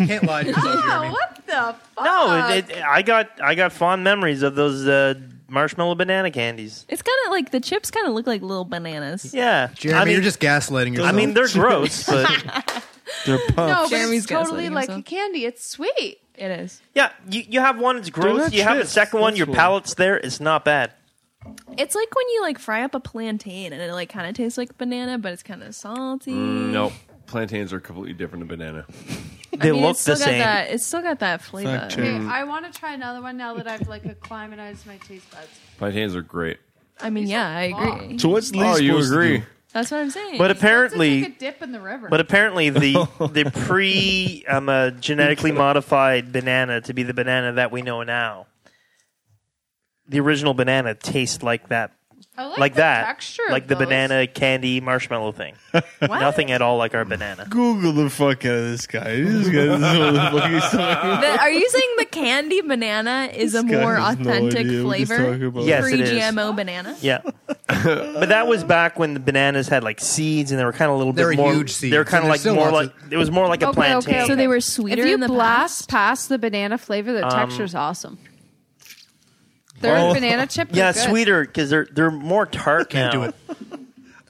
D: You can't lie to yourself,
H: oh,
D: Jeremy.
H: what the fuck?
F: No, it,
H: Uh,
F: it, I got I got fond memories of those uh, marshmallow banana candies.
G: It's kind of like the chips kind of look like little bananas.
F: Yeah,
D: Jeremy,
F: I mean,
D: you're just gaslighting yourself.
F: I mean they're gross, but
C: They're
H: no,
C: puffs. Oh,
H: but
G: Jeremy's
H: it's totally
G: gaslighting
H: like a
G: himself.
H: candy. It's sweet.
G: It is.
F: yeah, you, you have one it's gross.
C: not
F: You have the
C: chips.
F: second one,
C: That's
F: your
C: what-
F: palate's there. It's not bad.
G: It's like when you like fry up a plantain and it like kind of tastes like banana, but it's kind of salty.
F: Mm,
I: Mm, Nope. Plantains are completely different than banana.
F: They
G: I mean,
F: look
G: it's still
F: the
G: got
F: same.
G: That, it's still got that flavor.
C: true.
H: Okay, I want to try another one now that I've like acclimatized my taste buds.
I: Plantains are great.
G: I mean, yeah, I agree.
C: So what's Lee
I: oh, you
C: supposed to
I: agree?
C: do?
G: That's what I'm saying.
F: But
H: It's
F: apparently,
H: like a dip in the river.
F: but apparently the the pre um, uh, genetically modified banana to be the banana that we know now. The original banana tastes like that,
H: I like,
F: like,
H: the
F: that,
H: texture of
F: like the
H: those.
F: banana candy marshmallow thing.
G: What?
F: Nothing at all like our banana.
C: Google the fuck out of this guy. This guy doesn't know what the fuck he's talking about.
G: The- are you saying the candy banana is a
C: This guy
G: more
C: has no
G: authentic
C: idea what he's talking
G: flavor?
C: about.
F: Yes, it
G: Free
F: is.
G: GMO banana.
F: Yeah, but that was back when the bananas had like seeds, and they were kind of a little
D: They were
F: bit more.
D: huge seeds,
F: They were kind
D: and there's
F: of like
D: still
F: more
D: lots
F: like it was more like a
H: Okay,
F: plantain.
H: okay,
G: So they were sweeter
H: If you
G: in the
H: blast
G: past.
H: past the banana flavor, the texture's awesome. Third banana chip.
F: yeah,
H: they're good.
F: sweeter because they're they're more tart
D: Can't
F: now.
D: do it.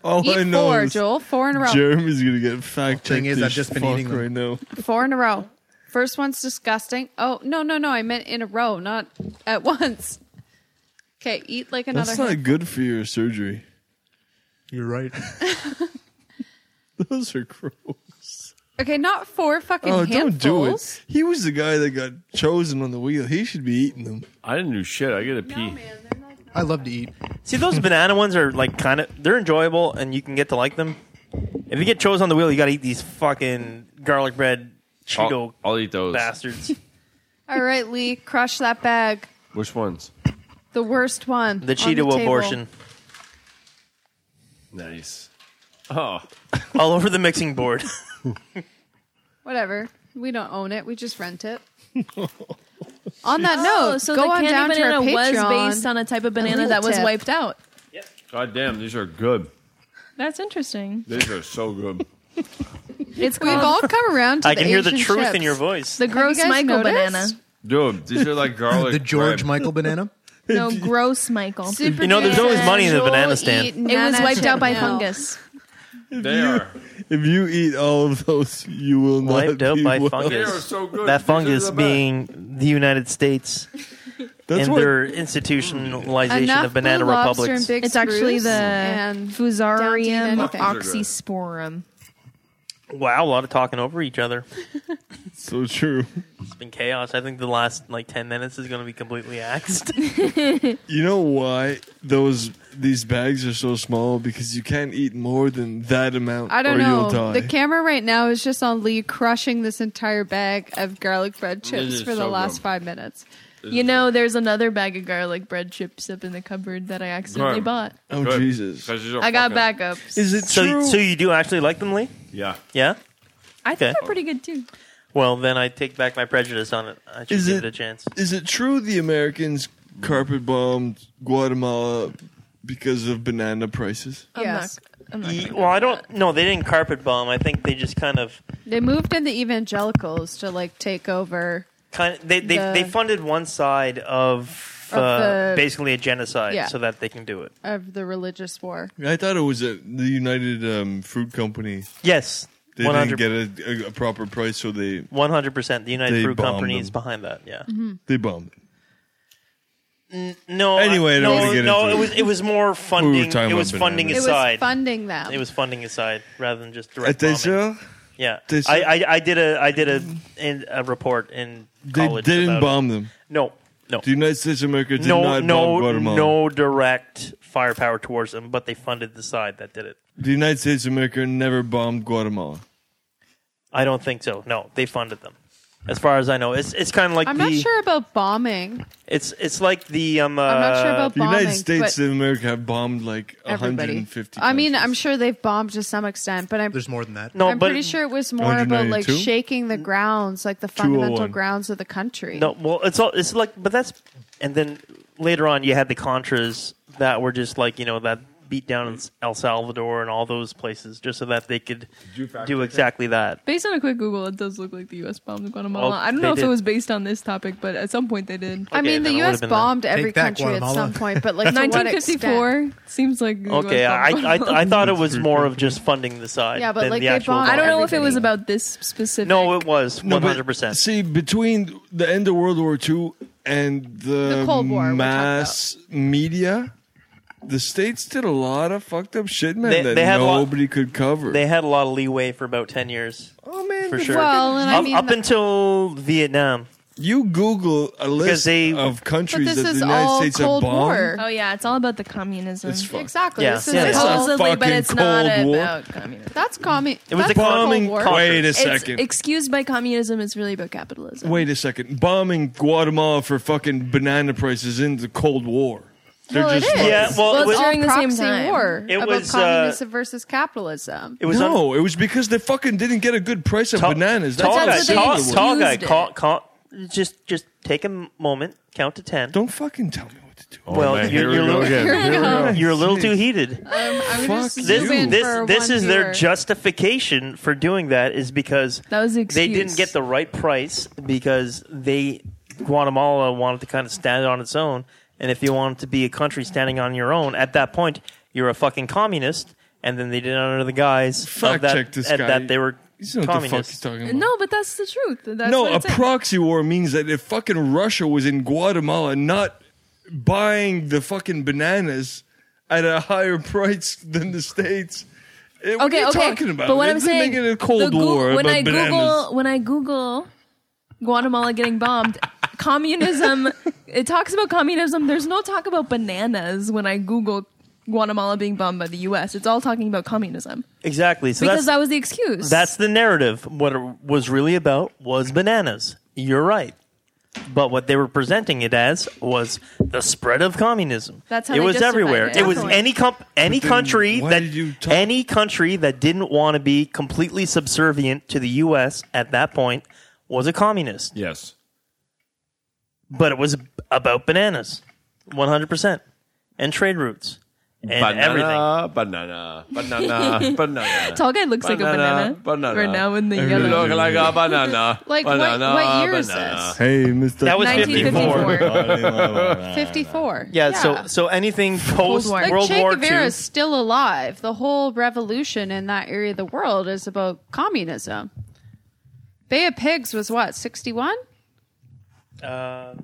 C: All I
H: Eat
C: know
H: four,
C: is
H: Joel. Four in a row.
C: Jeremy's gonna get fact checked.
D: Thing is, I've just been eating them.
C: right now.
H: Four in a row. First one's disgusting. Oh no, no, no! I meant in a row, not at once. Okay, eat like another.
C: That's not good for your surgery.
D: You're right.
C: Those are gross.
H: okay, not four fucking
C: Oh, don't
H: handfuls.
C: do it. He was the guy that got chosen on the wheel. He should be eating them.
I: I didn't do shit. I get a pee.
D: I love to eat.
F: See, those banana ones are like kind of they're enjoyable, and you can get to like them. If you get chose on the wheel, you got to eat these fucking garlic bread Cheeto
I: I'll, I'll eat those.
F: bastards.
H: All right, Lee, crush that bag.
I: Which ones?
H: The worst one.
F: The
H: on the
F: Cheeto
H: table.
F: abortion
I: Nice. Oh,
F: all over the mixing board.
H: Whatever. We don't own it. We just rent it. On that
G: Oh,
H: note,
G: so
H: go
G: the
H: on
G: candy
H: down to our
G: banana
H: Patreon.
G: was based on a type of banana
H: little
G: that was
H: tip.
G: wiped out.
I: God damn, these are good.
G: That's interesting.
I: These are so good.
G: It's
H: We've
G: called
H: all come around. To
F: I can
H: the
F: hear the
H: Asian
F: truth in
H: chips.
F: your voice.
G: the gross
H: guys
G: Michael
H: noticed?
G: banana.
I: Dude, these are like garlic.
D: The George
I: bread.
D: Michael banana.
G: No, gross Michael.
H: Super
F: You know, there's always money in the banana stand.
H: eat
G: It was
H: nana
G: wiped out by
H: chip now.
G: fungus.
I: They are.
C: If you eat all of those, you will not
F: Wiped out
C: be
F: by
C: well.
I: They are
F: fungus.
I: so good.
F: That
I: These are
F: fungus
I: the best.
F: being the United States
C: That's
F: and
C: what
F: their institutionalization
H: Enough
F: of banana
H: Blue Lobster
F: republics.
H: and Big
G: It's actually
H: Screws
G: the
H: and
G: Fusarium
H: Down to eat anything.
G: oxysporum.
F: wow, a lot of talking over each other.
C: so true.
F: It's been chaos. I think the last like ten minutes is going to be completely axed.
C: You know why those these bags are so small? Because you can't eat more than that amount,
H: I don't
C: or
H: know.
C: you'll die.
H: The camera right now is just on Lee crushing this entire bag of garlic bread chips
I: is
H: for the
I: so
H: last
I: good.
H: five minutes.
G: You know, there's another bag of garlic bread chips up in the cupboard that I accidentally
I: Right.
G: bought.
C: oh
I: Good.
C: Jesus!
I: 'Cause these are
G: I got
I: fucking-
G: backups.
C: Is it
F: so,
C: true?
F: so you do actually like them, Lee?
I: Yeah.
F: Yeah.
G: I
F: Okay.
G: think they're pretty good too.
F: Well, then I take back my prejudice on it. I should
C: Is
F: give
C: it-
F: it a chance.
C: Is it true the Americans carpet bombed Guatemala because of banana prices?
G: I'm
H: Yes.
G: not, I'm not gonna
F: E, Well,
G: go
F: I
G: with
F: don't. No, they didn't carpet bomb. I think they just kind of,
H: They moved in the evangelicals to like take over.
F: kind of. They they,
H: The-
F: they funded one side of,
H: Of
F: uh,
H: the-
F: basically a genocide,
H: Yeah.
F: so that they can do it.
H: Of the religious war,
C: I thought it was a, the United um, Fruit Company.
F: Yes,
C: They didn't get a, a, a proper price, so they
F: One hundred percent. The United
C: They
F: Fruit
C: bombed
F: Company
C: them.
F: is behind that. Yeah.
H: Mm-hmm.
C: they bombed. it.
F: No.
C: Anyway, I don't
F: no,
C: wanna get
F: no.
C: into
F: it
C: it.
F: was it was more funding.
C: talking
F: it was
C: about
F: funding
H: it
C: bananas.
H: was
F: aside.
H: funding them.
F: It was funding aside rather than just
C: At
F: direct
C: they
F: bombing.
C: sell,
F: Yeah,
C: They
F: I,
C: said-
F: I I did a I did a
H: Mm-hmm.
F: in a report in
C: they
F: college.
C: didn't
F: about
C: bomb them.
F: It. No, no,
C: The United States of America did
F: no,
C: not bomb
F: no,
C: Guatemala.
F: no direct firepower towards them, but they funded the side that did it.
C: The United States of America never bombed Guatemala.
F: I don't think so. No, they funded them. As far as I know, it's it's kind of like
H: I'm
F: the
H: not sure about bombing.
F: it's it's like the um. Uh,
H: I'm not sure about
C: The
H: bombing.
C: United States
H: but
C: of America have bombed like
H: everybody.
C: 150.
H: I mean, I'm
C: countries.
H: sure they've bombed to some extent, but I'm
D: There's more than that.
F: no,
H: I'm
F: but
H: pretty sure it was more about like
C: 192?
H: shaking the grounds, like the fundamental
C: 201.
H: grounds of the country.
F: no. Well, it's all it's like, but that's and then later on you had the Contras that were just like you know that beat down
C: Mm.
F: in El Salvador and all those places just so that they could do exactly that.
G: Based on a quick Google, it does look like the U.S. bombed Guatemala.
F: Well,
G: I don't
F: they
G: know if
F: did.
G: it was based on this topic, but at some point they did.
H: I
F: Okay,
H: mean, the
F: then it
H: U.S.
F: would've been that.
H: bombed every
D: Take that,
H: country at some
D: Guatemala.
H: point, but like to what extent?
G: 1954 seems like the
F: Okay,
G: US
F: I,
G: bombed
F: I,
G: Guatemala.
F: I thought it was more of just funding the side.
H: Yeah, but,
F: than
H: like,
F: the
H: they
F: actual
H: bombed
F: bomb.
G: I don't know if
H: everybody.
G: it was about this specific.
F: No, it was
C: No,
F: one
C: but
F: hundred percent.
C: See, between the end of World War II and the,
H: The Cold War we're talking
C: mass media, the states did a lot of fucked up shit, man,
F: They-
C: that
F: they had a lot-
C: nobody could cover.
F: They had a lot of leeway for about ten years.
C: oh man,
F: for
C: the
F: sure.
C: fucking-
H: Well, and I
F: Up,
H: mean,
F: up
H: the-
F: until Vietnam,
C: you Google a list
F: they-
C: of
H: but
C: countries
H: this
C: that the
H: is
C: United
H: all
C: States have
H: Cold
C: bombed.
H: War.
G: Oh yeah, it's all about the communism.
C: It's fucked.
H: Exactly.
F: Yeah.
H: This is
F: Yeah.
H: all-
F: It's not
G: Supposedly, but
C: fucking
G: it's not
C: Cold War.
G: about communism.
H: That's commie.
F: It was
H: that's
F: a bombing
H: Cold War.
F: con-
C: Wait a
F: It's
G: It's
C: second.
G: excused by communism. It's really about capitalism.
C: Wait a second. Bombing Guatemala for fucking banana prices in the Cold War.
H: well, it is.
C: fucking-
F: Yeah, well, it
H: it's
F: was-
H: all
G: During the same
H: proxy
G: time.
H: war
F: It
H: about
F: was, uh,
H: communism versus capitalism.
F: it was un-
C: no, it was because they fucking didn't get a good price of
F: Tall-
C: bananas.
F: Tall
G: That's
F: guy,
G: what they
F: tall,
G: used.
F: tall guy,
G: Used it.
F: call, call, just just take a moment, count to ten.
C: Don't fucking tell me what to do.
F: Oh, well,
I: man,
F: you're,
I: here
F: you're,
I: we
F: a
I: go
F: little,
I: again.
H: Here we go.
F: you're a little too heated.
H: I'm gonna
C: Fuck
H: just
F: This
H: zoom in
F: this
H: for
F: this
H: one
F: is their
H: viewer.
F: justification for doing that is because
G: That was the
F: they didn't
G: excuse.
F: get the right price because they Guatemala wanted to kind of stand on its own, and if you wanted to be a country standing on your own, at that point you're a fucking communist. And then they did it under the guise of
C: Fact
F: that,
C: check this
F: at
C: guy.
F: that they were
C: You know what the fuck he's
F: communists.
C: talking about.
G: No, but that's the truth. That's
C: No,
G: what
C: a
G: it's like.
C: proxy war means that if fucking Russia was in Guatemala not buying the fucking bananas at a higher price than the states, it, what are you talking about?
G: But what
C: It
G: I'm
C: doesn't
G: saying,
C: make it a Cold
G: the Goo-
C: War
G: when
C: about
G: I
C: bananas.
G: Google when I Google Guatemala getting bombed, communism. It talks about communism. There's no talk about bananas when I Google Guatemala being bombed by the U.S. It's all talking about communism
F: Exactly. So
G: because
F: that's,
G: that was the excuse.
F: that's the narrative. What it was really about was bananas. You're right. But what they were presenting it as was the spread of communism.
G: That's how
F: it
G: they
F: was
G: justified
F: everywhere.
G: it.
F: It was
G: Definitely.
F: any comp- any
C: then
F: country
C: why
F: that
C: did you talk-
F: any country that didn't want to be completely subservient to the U.S. at that point was a communist.
I: Yes.
F: but it was about bananas, one hundred percent, and trade routes and everything.
I: banana, banana, banana, banana.
G: Tall guy looks
I: Banana,
G: like a banana, right now in the yellow.
I: Look like a banana.
H: Like, what-
I: banana,
H: what year is
I: banana.
H: this?
C: Hey, Mister.
F: That was
G: 1954.
H: Fifty-four.
F: Yeah, So so anything post
G: War.
H: like
F: World
H: Che
F: War
H: Guevara
F: II.
H: is still alive. The whole revolution in that area of the world is about communism. Bay of Pigs was what sixty-one.
F: Uh,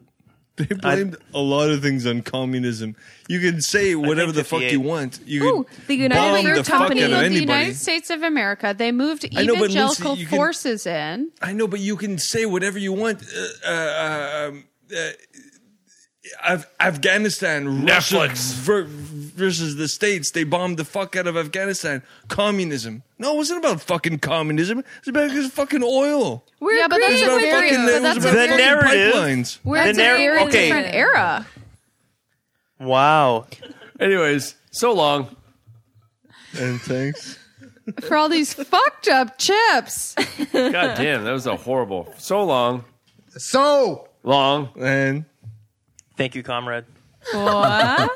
C: They blamed a lot of things on communism. You can say whatever the fuck
F: 58.
C: you want. You
G: Ooh,
C: can
G: the United
C: bomb
G: Fruit
C: the fuck
G: Company
C: out
H: of
C: of
H: the
C: anybody.
H: United States of America. They moved
C: I know, but Lucy,
H: evangelical
C: you can-
H: forces in.
C: I know, but you can say whatever you want. Uh, uh, um, uh, Af- Afghanistan, Russia
I: Netflix.
C: ver- versus the states. They bombed the fuck out of Afghanistan. Communism. No, it wasn't about fucking communism. It's about his fucking oil.
H: yeah, but that's
C: It
H: a
C: was about
H: very,
C: fucking,
H: but
C: it was
H: that's a
C: about
F: The
H: very,
C: fucking
F: narrative-
C: pipelines.
F: The
H: that's a
F: narr-
H: very
F: okay.
H: different era.
F: wow.
I: Anyways, so long.
C: And thanks.
H: for all these fucked up chips.
I: God damn, that was a horrible. So long,
D: So
I: long.
C: And
F: Thank you, comrade.
G: What?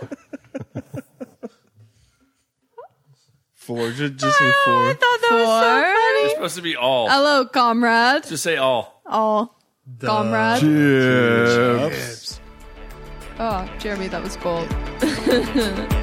C: four. Just, just say four.
H: thought that was
I: It's
H: so funny.
I: supposed to be all.
H: Hello, comrade.
I: Just say all.
H: All comrade.
I: Yeah.
H: Oh, Jeremy, that was gold.